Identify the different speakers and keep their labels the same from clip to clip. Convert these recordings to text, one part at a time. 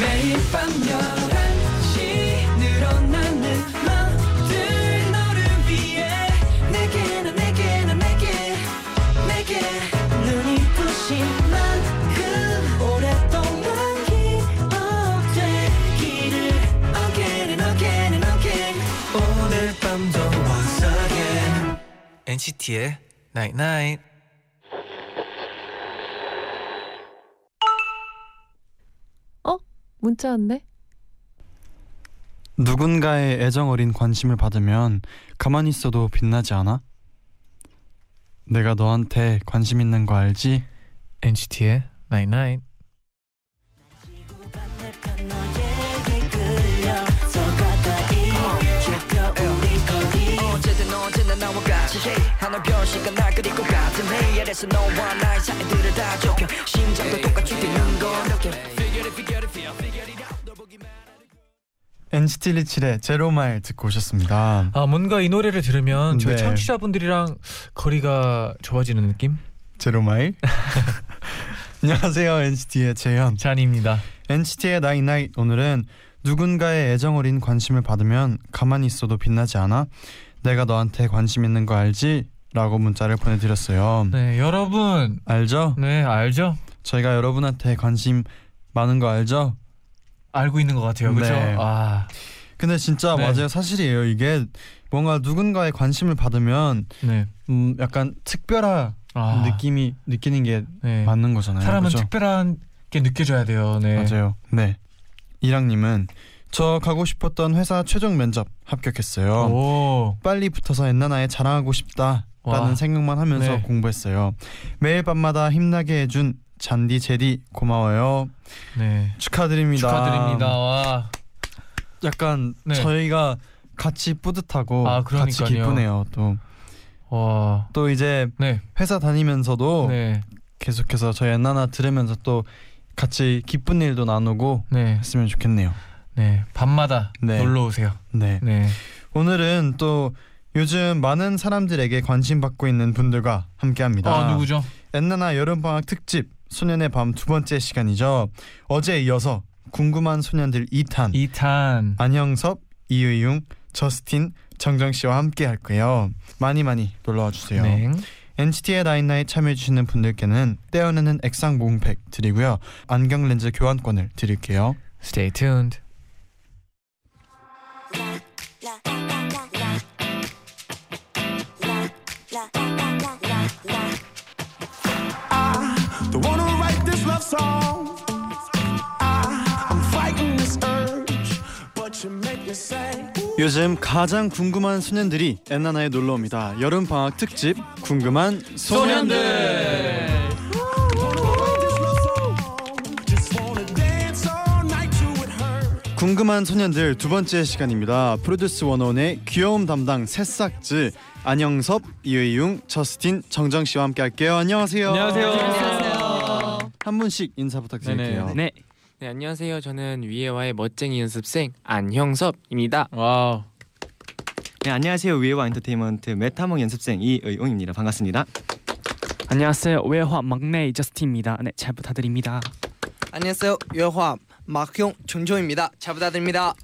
Speaker 1: 매일 밤 11시 늘어나는 맘들 너를 위해 내게 난 내게 난 내게 내게 눈이 부신 만큼 오랫동안 기억되기를 Again and again and again 오늘 밤도 once again
Speaker 2: NCT의 Night Night.
Speaker 3: 문자 왔네.
Speaker 4: 누군가의 애정 어린 관심을 받으면 가만히 있어도 빛나지 않아? 내가 너한테 관심 있는 거 알지?
Speaker 2: NCT의 Night Night.
Speaker 1: 난 너에게 끌려서가다 이겨져 우리 거리
Speaker 5: 어제든 언제나 나와 같이 hey. 하늘별씨가 날 그리고 같은 hey. 아래서 너와 나의 사이들을 다 좁혀 심장도 똑같이 뛰는 건 느껴
Speaker 4: NCT 127의 제로마일 듣고 오셨습니다.
Speaker 2: 아 뭔가 이 노래를 들으면 저희
Speaker 4: 네.
Speaker 2: 청취자분들이랑 거리가 좁아지는 느낌?
Speaker 4: 제로마일? 안녕하세요 NCT의 재현.
Speaker 2: 잔입니다.
Speaker 4: NCT의 나잇나잇 오늘은 누군가의 애정 어린 관심을 받으면 가만히 있어도 빛나지 않아? 내가 너한테 관심 있는 거 알지? 라고 문자를 보내드렸어요.
Speaker 2: 네 여러분.
Speaker 4: 알죠?
Speaker 2: 네 알죠?
Speaker 4: 저희가 여러분한테 관심 많은 거 알죠?
Speaker 2: 알고 있는 것 같아요. 그렇죠?
Speaker 4: 네.
Speaker 2: 아
Speaker 4: 근데 진짜
Speaker 2: 네.
Speaker 4: 맞아요 사실이에요 이게 뭔가 누군가의 관심을 받으면
Speaker 2: 네.
Speaker 4: 음, 약간 특별한
Speaker 2: 아,
Speaker 4: 느낌이 느끼는 게
Speaker 2: 네.
Speaker 4: 맞는 거잖아요
Speaker 2: 사람은
Speaker 4: 그죠?
Speaker 2: 특별한 게 느껴져야 돼요. 네.
Speaker 4: 맞아요 네 이랑님은 저 가고 싶었던 회사 최종 면접 합격했어요
Speaker 2: 오.
Speaker 4: 빨리 붙어서 엔나나에 자랑하고 싶다라는
Speaker 2: 와.
Speaker 4: 생각만 하면서
Speaker 2: 네.
Speaker 4: 공부했어요 매일 밤마다 힘나게 해준 잔디 제디 고마워요
Speaker 2: 네.
Speaker 4: 축하드립니다
Speaker 2: 축하드립니다. 와.
Speaker 4: 약간
Speaker 2: 네.
Speaker 4: 저희가 같이 뿌듯하고
Speaker 2: 아,
Speaker 4: 같이
Speaker 2: 그러니까요.
Speaker 4: 기쁘네요 또
Speaker 2: 와.
Speaker 4: 또 이제
Speaker 2: 네.
Speaker 4: 회사 다니면서도
Speaker 2: 네.
Speaker 4: 계속해서 저희 엔나나 들으면서 또 같이 기쁜 일도 나누고
Speaker 2: 네.
Speaker 4: 했으면 좋겠네요.
Speaker 2: 네. 밤마다
Speaker 4: 네.
Speaker 2: 놀러 오세요.
Speaker 4: 네.
Speaker 2: 네.
Speaker 4: 오늘은 또 요즘 많은 사람들에게 관심 받고 있는 분들과 함께합니다.
Speaker 2: 아 누구죠?
Speaker 4: 엔나나 여름방학 특집 소년의 밤 두 번째 시간이죠. 어제에 이어서 궁금한 소년들 2탄
Speaker 2: 이탄.
Speaker 4: 안영섭, 이유용, 저스틴, 정정 씨와 함께 할 거예요. 많이 많이 놀러 와 주세요.
Speaker 2: 네.
Speaker 4: NCT의 나인나에 참여해주시는 분들께는 떼어내는 액상 모음팩 드리고요 안경 렌즈 교환권을 드릴게요
Speaker 2: Stay tuned.
Speaker 6: The one who write this love song. I, I'm fighting this urge, but you make me say.
Speaker 4: 요즘 가장 궁금한 소년들이 엔나나에 놀러옵니다 여름방학 특집 궁금한
Speaker 6: The one who write this love song. Just wanna dance all night to it hurt.
Speaker 4: 궁금한 소년들 두 번째 시간입니다 프로듀스 원원의 귀여움 담당 새싹즈 안영섭, 이유용, 저스틴, 정정 씨와 함께 할게요 안녕하세요 한 분씩 인사 부탁드릴게요
Speaker 7: 네. 네, 안녕하세요. 저는 위에와의 멋쟁이 연습생 안형섭입니다.
Speaker 8: 어.
Speaker 2: 와우.
Speaker 8: 네, 안녕하세요. 위에와 엔터테인먼트 메타몽 연습생 이의용입니다. 반갑습니다.
Speaker 9: 안녕하세요. 외화 막내 저스틴입니다. 네, 잘 부탁드립니다.
Speaker 5: 안녕하세요. 여화 막형 존조입니다. 잘 부탁드립니다.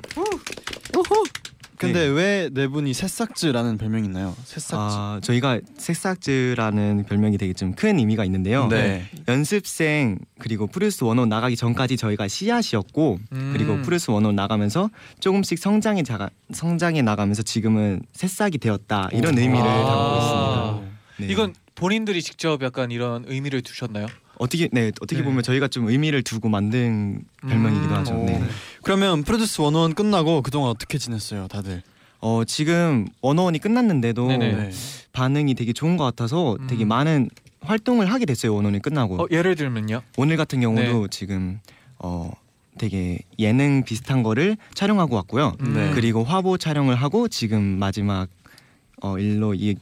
Speaker 4: 근데 왜 네 분이 새싹즈라는 별명이 있나요? 새싹즈
Speaker 8: 아, 저희가 색삭즈라는 별명이 되게 좀 큰 의미가 있는데요.
Speaker 2: 네.
Speaker 4: 네.
Speaker 8: 연습생 그리고 프루스 원원 나가기 전까지 저희가 씨앗이었고
Speaker 2: 음.
Speaker 8: 그리고 프루스 원원 나가면서 조금씩 성장해 자가, 성장해 나가면서 지금은 새싹이 되었다 이런 의미를
Speaker 2: 아.
Speaker 8: 담고 있습니다. 네.
Speaker 2: 이건 본인들이 직접 약간 이런 의미를 두셨나요?
Speaker 8: 어떻게 네 어떻게
Speaker 2: 네.
Speaker 8: 보면 저희가 좀 의미를 두고 만든
Speaker 2: 음,
Speaker 8: 별명이기도 하죠.
Speaker 4: 오.
Speaker 8: 네.
Speaker 4: 그러면 프로듀스 101 끝나고 그동안 어떻게 지냈어요, 다들?
Speaker 8: 어 지금 원원이 끝났는데도
Speaker 2: 네네.
Speaker 4: 네.
Speaker 8: 반응이 되게 좋은 것 같아서
Speaker 2: 음.
Speaker 8: 되게 많은 활동을 하게 됐어요 원원이 끝나고
Speaker 2: 어, 네. 예를 들면요.
Speaker 8: 오늘 같은 경우도 지금 어 되게 예능 비슷한 거를 촬영하고 왔고요
Speaker 2: 네.
Speaker 8: 그리고 화보 촬영을 하고 지금 마지막 어 일로 이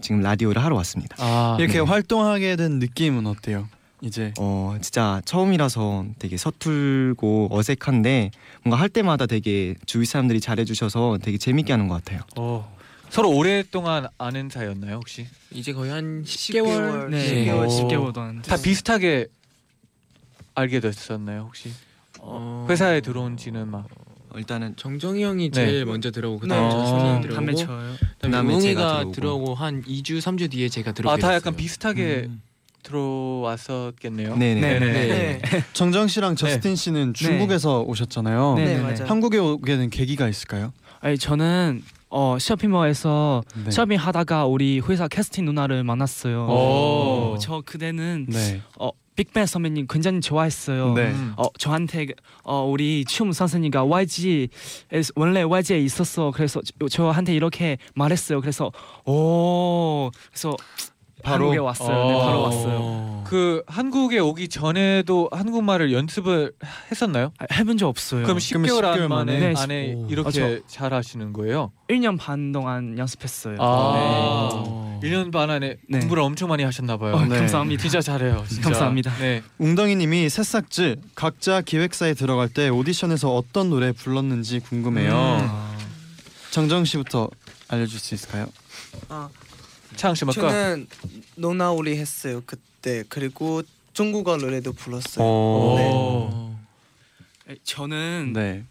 Speaker 8: 지금 라디오를 하러 왔습니다
Speaker 2: 아.
Speaker 4: 이렇게
Speaker 8: 네.
Speaker 4: 활동하게 된 느낌은 어때요? 이제
Speaker 8: 어 진짜 처음이라서 되게 서툴고 어색한데 뭔가 할 때마다 되게 주위 사람들이 잘해주셔서 되게 재밌게 하는 것 같아요
Speaker 2: 어. 서로 오랫동안 아는 사이였나요 혹시?
Speaker 7: 이제 거의 한 10개월,
Speaker 9: 네.
Speaker 2: 10개월.
Speaker 9: 10개월 동안
Speaker 2: 다 비슷하게 알게 됐었나요 혹시? 회사에 들어온 지는 막
Speaker 8: 일단은
Speaker 7: 어, 정정이 형이
Speaker 2: 네.
Speaker 7: 제일 먼저 들어오고 그다음
Speaker 2: 네.
Speaker 7: 저
Speaker 2: 어,
Speaker 7: 션이 들어오고
Speaker 9: 밤에 아, 쳐요.
Speaker 7: 그다음에
Speaker 8: 그다음에 제가
Speaker 7: 웅이가
Speaker 8: 들어오고.
Speaker 7: 들어오고 한 2주 3주 뒤에 제가 들어오게
Speaker 2: 아 다
Speaker 7: 됐어요. 음.
Speaker 2: 약간 비슷하게 들어왔었겠네요.
Speaker 8: 네네.
Speaker 9: 네네.
Speaker 7: 네.
Speaker 4: 정정 씨랑 저스틴 씨는 중국에서 오셨잖아요.
Speaker 9: 네,
Speaker 3: 네,
Speaker 9: 네,
Speaker 3: 맞아요.
Speaker 4: 한국에 오게 된 계기가 있을까요?
Speaker 9: 아니 저는 어 쇼핑몰에서
Speaker 4: 네.
Speaker 9: 쇼핑하다가 우리 회사 캐스팅 누나를 만났어요.
Speaker 2: 오.
Speaker 9: 어, 저 그대는
Speaker 4: 네.
Speaker 9: 어 빅뱅 선배님 굉장히 좋아했어요.
Speaker 4: 네.
Speaker 2: 음.
Speaker 9: 어 저한테 어 우리 춤 선생님과 YG 원래 YG에 있었어. 그래서 저, 저한테 이렇게 말했어요. 그래서 오 그래서
Speaker 4: 바로?
Speaker 9: 한국에 왔어요. 네, 바로
Speaker 2: 어.
Speaker 9: 왔어요.
Speaker 2: 그 한국에 오기 전에도 한국말을 연습을 했었나요?
Speaker 9: 아, 해본 적 없어요.
Speaker 2: 그럼
Speaker 4: 그럼
Speaker 2: 10개월,
Speaker 4: 10개월
Speaker 2: 만에
Speaker 9: 만에?
Speaker 2: 안에
Speaker 4: 오.
Speaker 2: 이렇게
Speaker 9: 아,
Speaker 2: 잘 하시는 거예요?
Speaker 9: 1년 반 동안 연습했어요. 네.
Speaker 2: 아.
Speaker 7: 어.
Speaker 2: 1년 반 안에
Speaker 9: 네.
Speaker 2: 공부를 엄청 많이 하셨나 봐요.
Speaker 9: 어,
Speaker 4: 네.
Speaker 9: 감사합니다.
Speaker 2: 진짜 잘해요. 진짜.
Speaker 9: 감사합니다.
Speaker 2: 네.
Speaker 4: 웅덩이님이 새싹즈 각자 기획사에 들어갈 때 오디션에서 어떤 노래
Speaker 9: 네.
Speaker 4: 불렀는지 궁금해요.
Speaker 2: 음.
Speaker 9: 음.
Speaker 4: 정정 씨부터 알려줄 수 있을까요?
Speaker 2: 차영 씨 맞고.
Speaker 3: 저는 노나우리 했어요 그때 그리고 중국어 노래도 불렀어요. 네.
Speaker 2: 오.
Speaker 9: 에, 저는
Speaker 4: 네.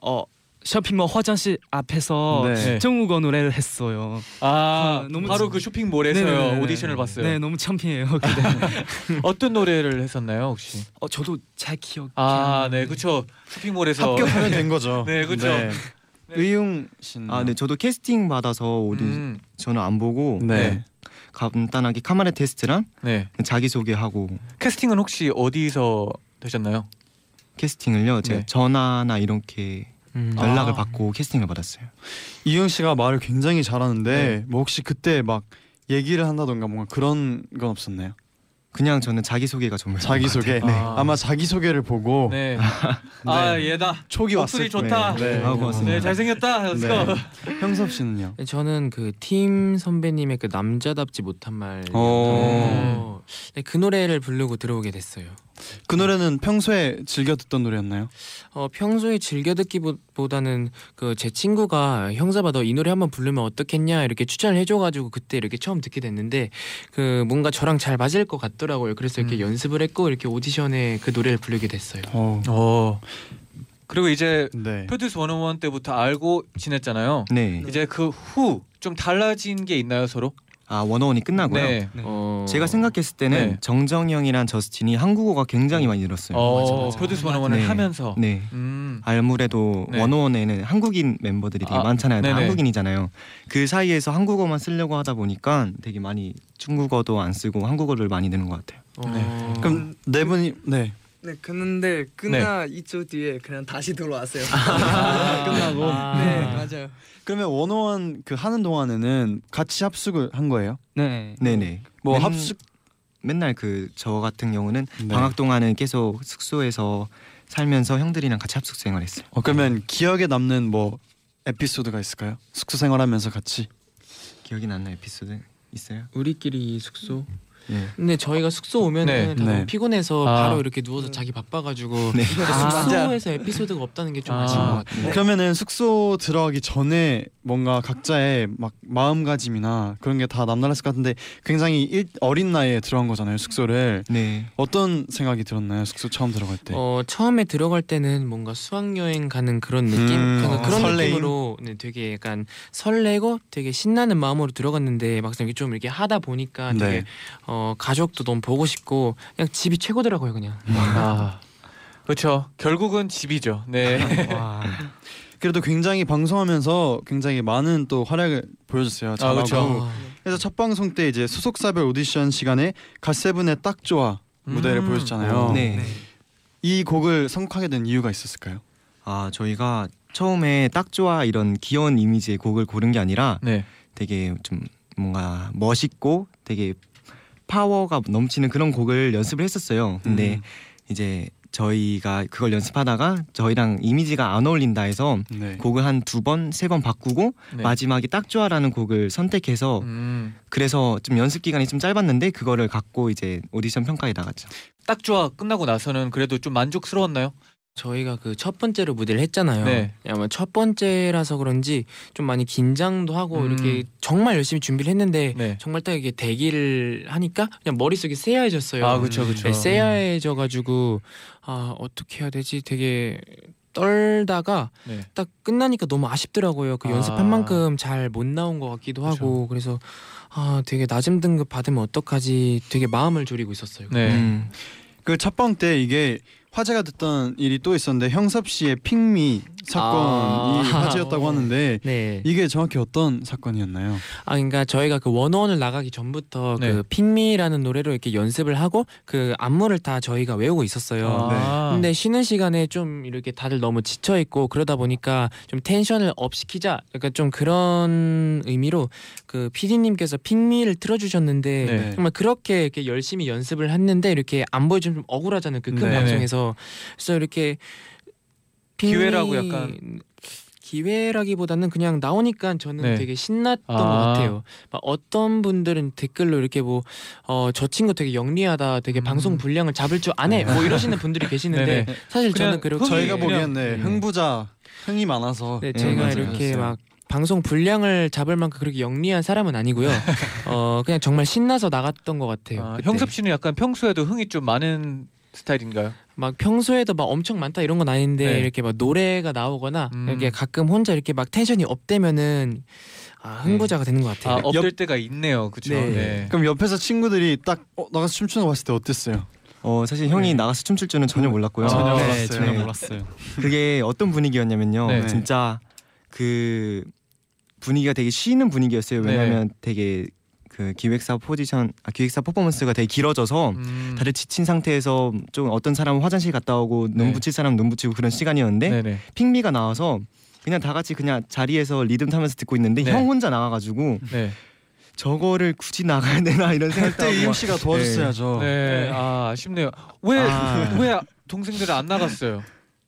Speaker 9: 어 쇼핑몰 화장실 앞에서
Speaker 4: 네.
Speaker 9: 중국어 노래를 했어요.
Speaker 2: 아,
Speaker 9: 아, 너무
Speaker 2: 바로
Speaker 9: 진-
Speaker 2: 그 쇼핑몰에서
Speaker 9: 네네네네.
Speaker 2: 오디션을 봤어요.
Speaker 9: 네, 너무 창피해요. 근데
Speaker 2: 어떤 노래를 했었나요, 혹시?
Speaker 9: 어, 저도 잘 기억.
Speaker 2: 아, 네, 그쵸.
Speaker 9: 어.
Speaker 2: 쇼핑몰에서
Speaker 4: 합격하면 된 거죠.
Speaker 2: 네, 그쵸.
Speaker 4: 의웅 씨는
Speaker 8: 아, 네. 저도 캐스팅 받아서 오디
Speaker 2: 음,
Speaker 8: 저는 안 보고
Speaker 4: 네.
Speaker 8: 간단하게 카메라 테스트랑
Speaker 2: 네.
Speaker 8: 자기 소개하고
Speaker 2: 캐스팅은 혹시 어디서 되셨나요?
Speaker 8: 캐스팅을요. 제가
Speaker 2: 네.
Speaker 8: 전화나 이렇게
Speaker 7: 음.
Speaker 9: 아.
Speaker 8: 연락을 받고 캐스팅을 받았어요.
Speaker 4: 이웅 씨가 말을 굉장히 잘하는데 뭐 혹시 그때 막 얘기를 한다던가 뭔가 그런 건 없었나요?
Speaker 8: 그냥 저는 자기 소개가 정말 좋은
Speaker 4: 자기
Speaker 8: 것 같아요.
Speaker 4: 소개. 아. 마 자기 소개를 보고
Speaker 2: 네. 아, 얘다.
Speaker 4: 어. 촉이
Speaker 2: 목소리
Speaker 4: 왔을 때.
Speaker 2: 좋다.
Speaker 4: 네.
Speaker 8: 아, 고맙습니다.
Speaker 2: 네, 잘생겼다.
Speaker 4: 네.
Speaker 2: 렛츠고.
Speaker 4: 형섭 씨는요?
Speaker 7: 저는 그 팀 선배님의 그 남자답지 못한 말.
Speaker 4: 오.
Speaker 7: 네, 그 노래를 부르고 들어오게 됐어요.
Speaker 4: 그 노래는 평소에 즐겨 듣던 노래였나요?
Speaker 7: 어, 평소에 즐겨 듣기보다는 그 제 친구가 형사봐 너 이 노래 한번 부르면 어떻겠냐 이렇게 추천을 해줘가지고 그때 이렇게 처음 듣게 됐는데 그 뭔가 저랑 잘 맞을 것 같더라고요. 그래서 이렇게
Speaker 2: 음.
Speaker 7: 연습을 했고 이렇게 오디션에 그 노래를 부르게 됐어요.
Speaker 4: 어.
Speaker 2: 오. 그리고 이제
Speaker 4: 네.
Speaker 2: 프로듀스 101 때부터 알고 지냈잖아요.
Speaker 8: 네.
Speaker 2: 이제 그 후 좀 달라진 게 있나요, 서로?
Speaker 8: 아, 원어원이 끝나고요.
Speaker 2: 네.
Speaker 7: 어...
Speaker 8: 제가 생각했을 때는
Speaker 2: 네.
Speaker 8: 정정영이랑 저스틴이 한국어가 굉장히 많이 늘었어요.
Speaker 2: 어,
Speaker 7: 맞아, 맞아.
Speaker 2: 프로듀스 101을
Speaker 8: 네.
Speaker 2: 하면서
Speaker 8: 네.
Speaker 2: 음.
Speaker 8: 아무래도
Speaker 2: 네.
Speaker 8: 원어원에는 한국인 멤버들이 되게
Speaker 2: 아,
Speaker 8: 많잖아요. 다
Speaker 2: 네네.
Speaker 8: 한국인이잖아요. 그 사이에서 한국어만 쓰려고 하다 보니까 되게 많이 중국어도 안 쓰고 한국어를 많이 넣는 것 같아요.
Speaker 7: 어...
Speaker 4: 그럼 네 분이 네.
Speaker 3: 네 근데 끝나
Speaker 7: 네.
Speaker 3: 이주 뒤에 그냥 다시 들어왔어요.
Speaker 7: 아.
Speaker 4: 끝나고.
Speaker 3: 네 맞아요.
Speaker 4: 그러면 원어원 그 하는 동안에는 같이 합숙을 한 거예요?
Speaker 9: 네.
Speaker 8: 네네.
Speaker 4: 뭐
Speaker 8: 맨-
Speaker 4: 합숙
Speaker 8: 맨날 그 저 같은 경우는
Speaker 4: 네.
Speaker 8: 방학 동안은 계속 숙소에서 살면서 형들이랑 같이 합숙 생활했어요.
Speaker 4: 어, 그러면 기억에 남는 뭐 에피소드가 있을까요? 숙소 생활하면서 같이.
Speaker 8: 기억이 나는 에피소드 있어요?
Speaker 7: 우리끼리 숙소.
Speaker 4: 예.
Speaker 8: 네.
Speaker 7: 근데 저희가 숙소 오면은
Speaker 2: 네,
Speaker 7: 다 너무
Speaker 4: 네.
Speaker 7: 피곤해서
Speaker 2: 아.
Speaker 7: 바로 이렇게 누워서 자기 바빠가지고
Speaker 8: 네.
Speaker 4: 아,
Speaker 7: 숙소에서 에피소드가 없다는 게 좀
Speaker 2: 아.
Speaker 7: 아. 아쉬운 것 같아요.
Speaker 4: 그러면은 숙소 들어가기 전에 뭔가 각자의 막 마음가짐이나 그런 게 다 남달랐을 것 같은데 굉장히 일, 어린 나이에 들어간 거잖아요 숙소를
Speaker 8: 네.
Speaker 4: 어떤 생각이 들었나요 숙소 처음 들어갈 때?
Speaker 7: 어 처음에 들어갈 때는 뭔가 수학 여행 가는 그런 느낌,
Speaker 4: 음,
Speaker 7: 그러니까
Speaker 4: 어,
Speaker 7: 그런
Speaker 4: 설레임?
Speaker 7: 느낌으로 네, 되게 약간 설레고 되게 신나는 마음으로 들어갔는데 막상 이렇게 좀 이렇게 하다 보니까 되게
Speaker 4: 네.
Speaker 7: 어 가족도 너무 보고 싶고 그냥 집이 최고더라고요 그냥.
Speaker 4: 음.
Speaker 2: 아. 그렇죠. 결국은 집이죠. 네.
Speaker 9: 와.
Speaker 4: 그래도 굉장히 방송하면서 굉장히 많은 또 활약을 보여줬어요.
Speaker 2: 아,
Speaker 4: 잘하고.
Speaker 2: 그렇죠.
Speaker 4: 그래서 첫 방송 때 이제 소속사별 오디션 시간에 갓세븐의 딱 좋아 무대를
Speaker 2: 음.
Speaker 4: 보여줬잖아요.
Speaker 8: 네.
Speaker 4: 이 곡을 선곡하게 된 이유가 있었을까요?
Speaker 8: 아 저희가 처음에 딱 좋아 이런 귀여운 이미지의 곡을 고른 게 아니라
Speaker 2: 네.
Speaker 8: 되게 좀 뭔가 멋있고 되게 파워가 넘치는 그런 곡을 연습을 했었어요. 근데
Speaker 4: 음.
Speaker 8: 이제 저희가 그걸 연습하다가 저희랑 이미지가 안 어울린다 해서
Speaker 4: 네.
Speaker 8: 곡을 한 두 번, 세 번 바꾸고
Speaker 2: 네.
Speaker 8: 마지막에 딱 좋아라는 곡을 선택해서
Speaker 2: 음.
Speaker 8: 그래서 좀 연습 기간이 좀 짧았는데 그거를 갖고 이제 오디션 평가에 나갔죠.
Speaker 2: 딱 좋아 끝나고 나서는 그래도 좀 만족스러웠나요?
Speaker 7: 저희가 그 첫 번째로 무대를 했잖아요.
Speaker 2: 네.
Speaker 7: 아마 첫 번째라서 그런지 좀 많이 긴장도 하고
Speaker 2: 음.
Speaker 7: 이렇게 정말 열심히 준비를 했는데
Speaker 2: 네.
Speaker 7: 정말 딱 이게 대기를 하니까 그냥 머릿속이 새하얘졌어요.
Speaker 2: 아 그렇죠 그렇죠.
Speaker 7: 네, 새하얘져가지고 아 어떻게 해야 되지? 되게 떨다가
Speaker 2: 네.
Speaker 7: 딱 끝나니까 너무 아쉽더라고요. 그
Speaker 2: 아.
Speaker 7: 연습한 만큼 잘 못 나온 것 같기도 하고 그래서 아 되게 낮은 등급 받으면 어떡하지? 되게 마음을 졸이고 있었어요.
Speaker 2: 네.
Speaker 8: 음.
Speaker 4: 그 첫방 때 이게 화제가 됐던 일이 또 있었는데 형섭 씨의 핑미 사건이
Speaker 7: 아.
Speaker 4: 화제였다고 하는데
Speaker 7: 네.
Speaker 4: 이게 정확히 어떤 사건이었나요?
Speaker 7: 아 그러니까 저희가 그 원어원을 나가기 전부터
Speaker 2: 네.
Speaker 7: 그 핑미라는 노래로 이렇게 연습을 하고 그 안무를 다 저희가 외우고 있었어요.
Speaker 2: 아,
Speaker 7: 근데 쉬는 시간에 좀 이렇게 다들 너무 지쳐 있고 그러다 보니까 좀 텐션을 업 시키자 약간 좀 그런 의미로 그 PD님께서 핑미를 틀어주셨는데
Speaker 2: 네.
Speaker 7: 정말 그렇게 이렇게 열심히 연습을 했는데 이렇게 안 보여주면 좀 억울하잖아요 그 큰
Speaker 2: 네.
Speaker 7: 방송에서 그래서 이렇게 핑미-
Speaker 2: 기회라고 약간-
Speaker 7: 기회라기보다는 그냥 나오니까 저는
Speaker 2: 네.
Speaker 7: 되게 신났던
Speaker 2: 아.
Speaker 7: 것 같아요. 막 어떤 분들은 댓글로 이렇게 뭐어저 친구 되게 영리하다, 되게
Speaker 2: 음.
Speaker 7: 방송 분량을 잡을 줄 아네, 뭐 이러시는 분들이 계시는데
Speaker 2: 네네.
Speaker 7: 사실
Speaker 2: 그냥
Speaker 7: 저는 그렇게
Speaker 2: 흥이-
Speaker 4: 저희가 보기엔 네,
Speaker 7: 음.
Speaker 4: 흥부자 흥이 많아서
Speaker 7: 네,
Speaker 2: 음,
Speaker 8: 예,
Speaker 7: 제가
Speaker 8: 맞아요.
Speaker 7: 이렇게
Speaker 4: 그랬어요.
Speaker 7: 막 방송 분량을 잡을 만큼 그렇게 영리한 사람은 아니고요. 어 그냥 정말 신나서 나갔던 것 같아요.
Speaker 2: 아,
Speaker 7: 그때.
Speaker 2: 형섭 씨는 약간 평소에도 흥이 좀 많은 스타일인가요?
Speaker 7: 막 평소에도 막 엄청 많다 이런 건 아닌데
Speaker 2: 네.
Speaker 7: 이렇게 막 노래가 나오거나
Speaker 2: 음.
Speaker 7: 이렇게 가끔 혼자 이렇게 막 텐션이 업되면은 아, 흥부자가 되는 것
Speaker 2: 아
Speaker 7: 같아요.
Speaker 2: 업될 때가 있네요, 그렇죠.
Speaker 7: 네.
Speaker 4: 그럼 옆에서 친구들이 딱 어, 나가서 춤추는 거 봤을 때 어땠어요?
Speaker 8: 어 사실 형이 나가서 춤출 줄은 전혀 몰랐고요.
Speaker 2: 네. 전혀
Speaker 8: 네,
Speaker 2: 몰랐어요.
Speaker 8: 전혀 몰랐어요.
Speaker 4: 몰랐어요.
Speaker 8: 그게 어떤 분위기였냐면요.
Speaker 2: 네.
Speaker 8: 진짜 그 분위기가 되게 쉬는 분위기였어요.
Speaker 2: 네.
Speaker 8: 왜냐하면 되게 그 기획사 포지션, 아, 기획사 퍼포먼스가 되게 길어져서
Speaker 2: 음.
Speaker 8: 다들 지친 상태에서 좀 어떤 사람은 화장실 갔다 오고
Speaker 2: 네.
Speaker 8: 눈 붙일 사람 눈 붙이고 그런 시간이었는데
Speaker 2: 네네.
Speaker 8: 핑미가 나와서 그냥 다 같이 그냥 자리에서 리듬 타면서 듣고 있는데
Speaker 2: 네.
Speaker 8: 형 혼자 나와가지고
Speaker 2: 네.
Speaker 8: 저거를 굳이 나가야 되나 이런
Speaker 7: 그러니까
Speaker 8: 생각도
Speaker 4: 그때
Speaker 8: 하고
Speaker 4: 이음 씨가 도와줬어야죠.
Speaker 2: 네. 아 아쉽네요. 왜 왜
Speaker 8: 아.
Speaker 2: 동생들 안 나갔어요?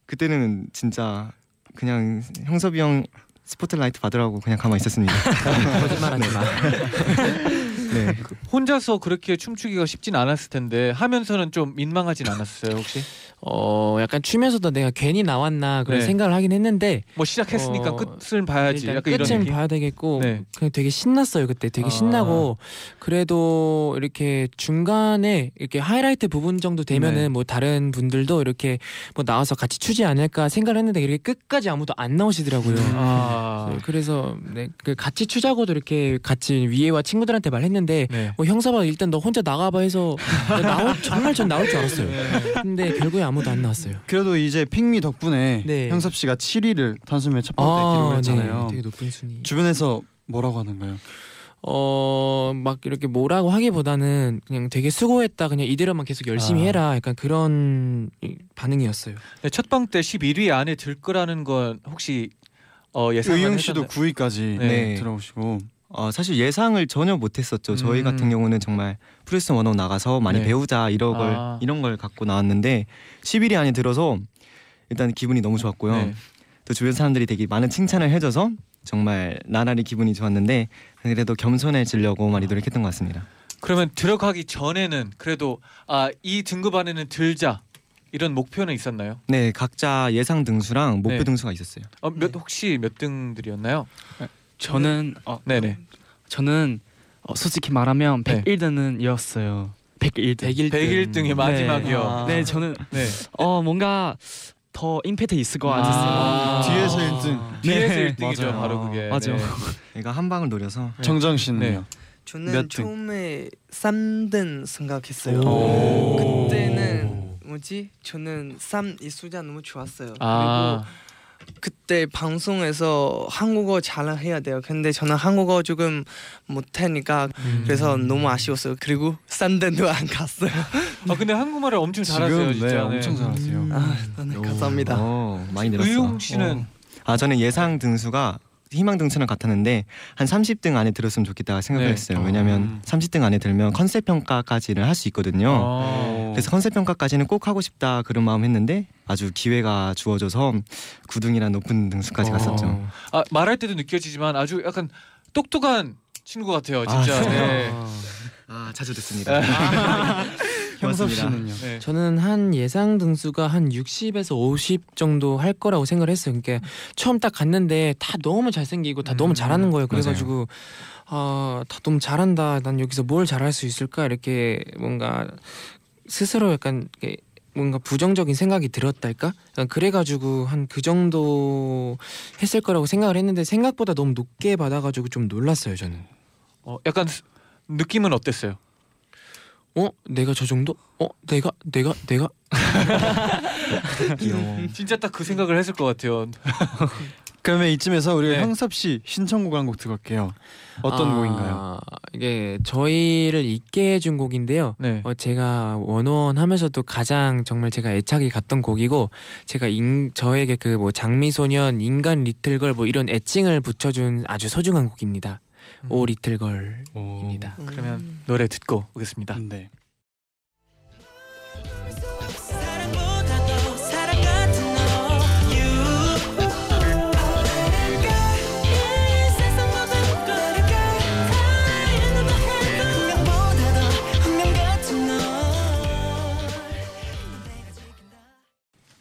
Speaker 8: 그때는 진짜 그냥 형섭이 형 스포트라이트 받으라고 그냥 가만히 있었습니다.
Speaker 7: 거짓말하지 마.
Speaker 8: 네.
Speaker 2: 혼자서 그렇게 춤추기가 쉽진 않았을 텐데 하면서는 좀 민망하진 않았어요 혹시?
Speaker 7: 어 약간 추면서도 내가 괜히 나왔나 그런
Speaker 2: 네.
Speaker 7: 생각을 하긴 했는데
Speaker 2: 뭐 시작했으니까
Speaker 7: 어,
Speaker 2: 끝을 봐야지.
Speaker 7: 일단
Speaker 2: 약간
Speaker 7: 끝은
Speaker 2: 이런 느낌.
Speaker 7: 봐야 되겠고
Speaker 2: 네.
Speaker 7: 그냥 되게 신났어요 그때 되게
Speaker 2: 아.
Speaker 7: 신나고 그래도 이렇게 중간에 이렇게 하이라이트 부분 정도 되면은
Speaker 2: 네.
Speaker 7: 뭐 다른 분들도 이렇게 뭐 나와서 같이 추지 않을까 생각을 했는데 이렇게 끝까지 아무도 안 나오시더라고요.
Speaker 4: 음.
Speaker 2: 아.
Speaker 7: 그래서 네, 그 같이 추자고도 이렇게 같이 위에와 친구들한테 말했는데
Speaker 2: 네.
Speaker 7: 어, 형사봐 일단 너 혼자 나가봐 해서 나올 정말 전 나올 줄 알았어요.
Speaker 4: 네.
Speaker 7: 근데 결국에 아무도 안 나왔어요.
Speaker 4: 그래도 이제 핑미 덕분에
Speaker 7: 네.
Speaker 4: 형섭 씨가 7위를 단숨에 첫 번째 기록을 했잖아요.
Speaker 7: 되게 높은 순위.
Speaker 4: 주변에서 뭐라고 하는가요?
Speaker 7: 어, 막 이렇게 뭐라고 하기보다는 그냥 되게 수고했다. 그냥 이대로만 계속 열심히
Speaker 2: 아.
Speaker 7: 해라. 약간 그런 이- 반응이었어요.
Speaker 2: 네. 첫방 때 11위 안에 들 거라는 건 혹시 어, 예상
Speaker 4: 의용 씨도 9위까지
Speaker 8: 네.
Speaker 4: 들어오시고
Speaker 8: 어, 사실 예상을 전혀 못했었죠. 저희
Speaker 2: 음.
Speaker 8: 같은 경우는 정말 프레스 원어 나가서 많이
Speaker 2: 네.
Speaker 8: 배우자 이런 걸
Speaker 2: 아.
Speaker 8: 이런 걸 갖고 나왔는데 10일이 안에 들어서 일단 기분이 너무 좋았고요.
Speaker 7: 네.
Speaker 2: 네.
Speaker 8: 또 주변 사람들이 되게 많은 칭찬을 해줘서 정말 나날이 기분이 좋았는데 그래도 겸손해지려고 많이 노력했던 것 같습니다.
Speaker 2: 그러면 들어가기 전에는 그래도 아 이 등급 안에는 들자 이런 목표는 있었나요?
Speaker 8: 네, 각자 예상 등수랑 목표
Speaker 2: 네.
Speaker 8: 등수가 있었어요.
Speaker 2: 어, 몇 혹시 몇 등들이었나요?
Speaker 9: 저는 어,
Speaker 2: 네네.
Speaker 9: 저는 어, 솔직히 말하면
Speaker 2: 네.
Speaker 9: 101등은이었어요. 101등.
Speaker 7: 101등.
Speaker 2: 101등의 마지막이요.
Speaker 7: 아.
Speaker 9: 네, 네, 저는
Speaker 2: 네.
Speaker 9: 어 뭔가 더 임팩트 있을 것
Speaker 2: 아.
Speaker 9: 같았어요.
Speaker 4: 뒤에서 1등
Speaker 2: 뒤에서
Speaker 9: 네.
Speaker 2: 1등이죠
Speaker 4: 맞아요.
Speaker 2: 바로 그게.
Speaker 9: 맞아요.
Speaker 2: 네.
Speaker 8: 내가 한 방을 노려서
Speaker 7: 네.
Speaker 4: 정정 씨는요. 몇 등?
Speaker 3: 저는 처음에 3등 생각했어요.
Speaker 2: 오.
Speaker 3: 그때는 뭐지? 저는 3이 숫자 너무 좋았어요.
Speaker 2: 아.
Speaker 3: 그리고 그때 방송에서 한국어 잘해야 돼요. 근데 저는 한국어 조금 못하니까 그래서 너무 아쉬웠어요. 그리고 3등도 안 갔어요.
Speaker 2: 아 근데 한국말을 엄청 잘하세요
Speaker 4: 지금
Speaker 2: 진짜. 음.
Speaker 4: 네, 엄청 잘하세요.
Speaker 3: 아, 네, 감사합니다.
Speaker 8: 어, 많이 늘었어.
Speaker 2: 의용 씨는
Speaker 8: 아 저는 예상 등수가 희망 등수랑 같았는데 한 30등 안에 들었으면 좋겠다 생각을
Speaker 2: 네.
Speaker 8: 했어요. 왜냐면 30등 안에 들면 컨셉 평가까지를 할 수 있거든요.
Speaker 2: 어.
Speaker 8: 네. 그래서 컨셉 평가까지는 꼭 하고 싶다 그런 마음 했는데 아주 기회가 주어져서 9등이란 높은 등수까지
Speaker 2: 어.
Speaker 8: 갔었죠.
Speaker 2: 아, 말할 때도 느껴지지만 아주 약간 똑똑한 친구 같아요
Speaker 8: 아,
Speaker 2: 진짜.
Speaker 8: 진짜요?
Speaker 2: 네.
Speaker 8: 아 자주 듣습니다.
Speaker 4: 현섭
Speaker 8: 고맙습니다.
Speaker 4: 씨는요?
Speaker 2: 네.
Speaker 7: 저는 한 예상 등수가 한 60에서 50 정도 할 거라고 생각을 했어요. 그러니까 처음 딱 갔는데 다 너무 잘생기고 다 너무
Speaker 2: 음,
Speaker 7: 잘하는 거예요. 그래가지고 아, 다 너무 잘한다. 난 여기서 뭘 잘할 수 있을까? 이렇게 뭔가 스스로 약간 이렇게 뭔가 부정적인 생각이 들었달까? 약간 그래가지고 한 그 정도 했을 거라고 생각을 했는데 생각보다 너무 높게 받아가지고 좀 놀랐어요. 저는.
Speaker 2: 어, 약간 스- 느낌은 어땠어요?
Speaker 7: 어? 내가 저 정도? 어? 내가? 내가? 내가?
Speaker 8: 귀여워.
Speaker 2: 진짜 딱 그 생각을 했을 것 같아요.
Speaker 4: 그러면 이쯤에서 우리가
Speaker 2: 네.
Speaker 4: 형섭 씨 신청곡 한 곡 들을게요. 어떤
Speaker 7: 아,
Speaker 4: 곡인가요?
Speaker 7: 이게 저희를 있게 해준 곡인데요.
Speaker 2: 네.
Speaker 7: 어, 제가 원원 하면서도 가장 정말 제가 애착이 갔던 곡이고 제가 인, 저에게 그 뭐 장미소년, 인간 리틀걸 뭐 이런 애칭을 붙여준 아주 소중한 곡입니다.
Speaker 2: 음.
Speaker 7: 오 리틀걸입니다.
Speaker 4: 음.
Speaker 2: 그러면 노래 듣고 오겠습니다.
Speaker 4: 네.
Speaker 1: 사랑보다 너 사랑 같은 너 You 나를 세상 모든 걸다 이런 걸 해도 운명보다 더 운명 같은 너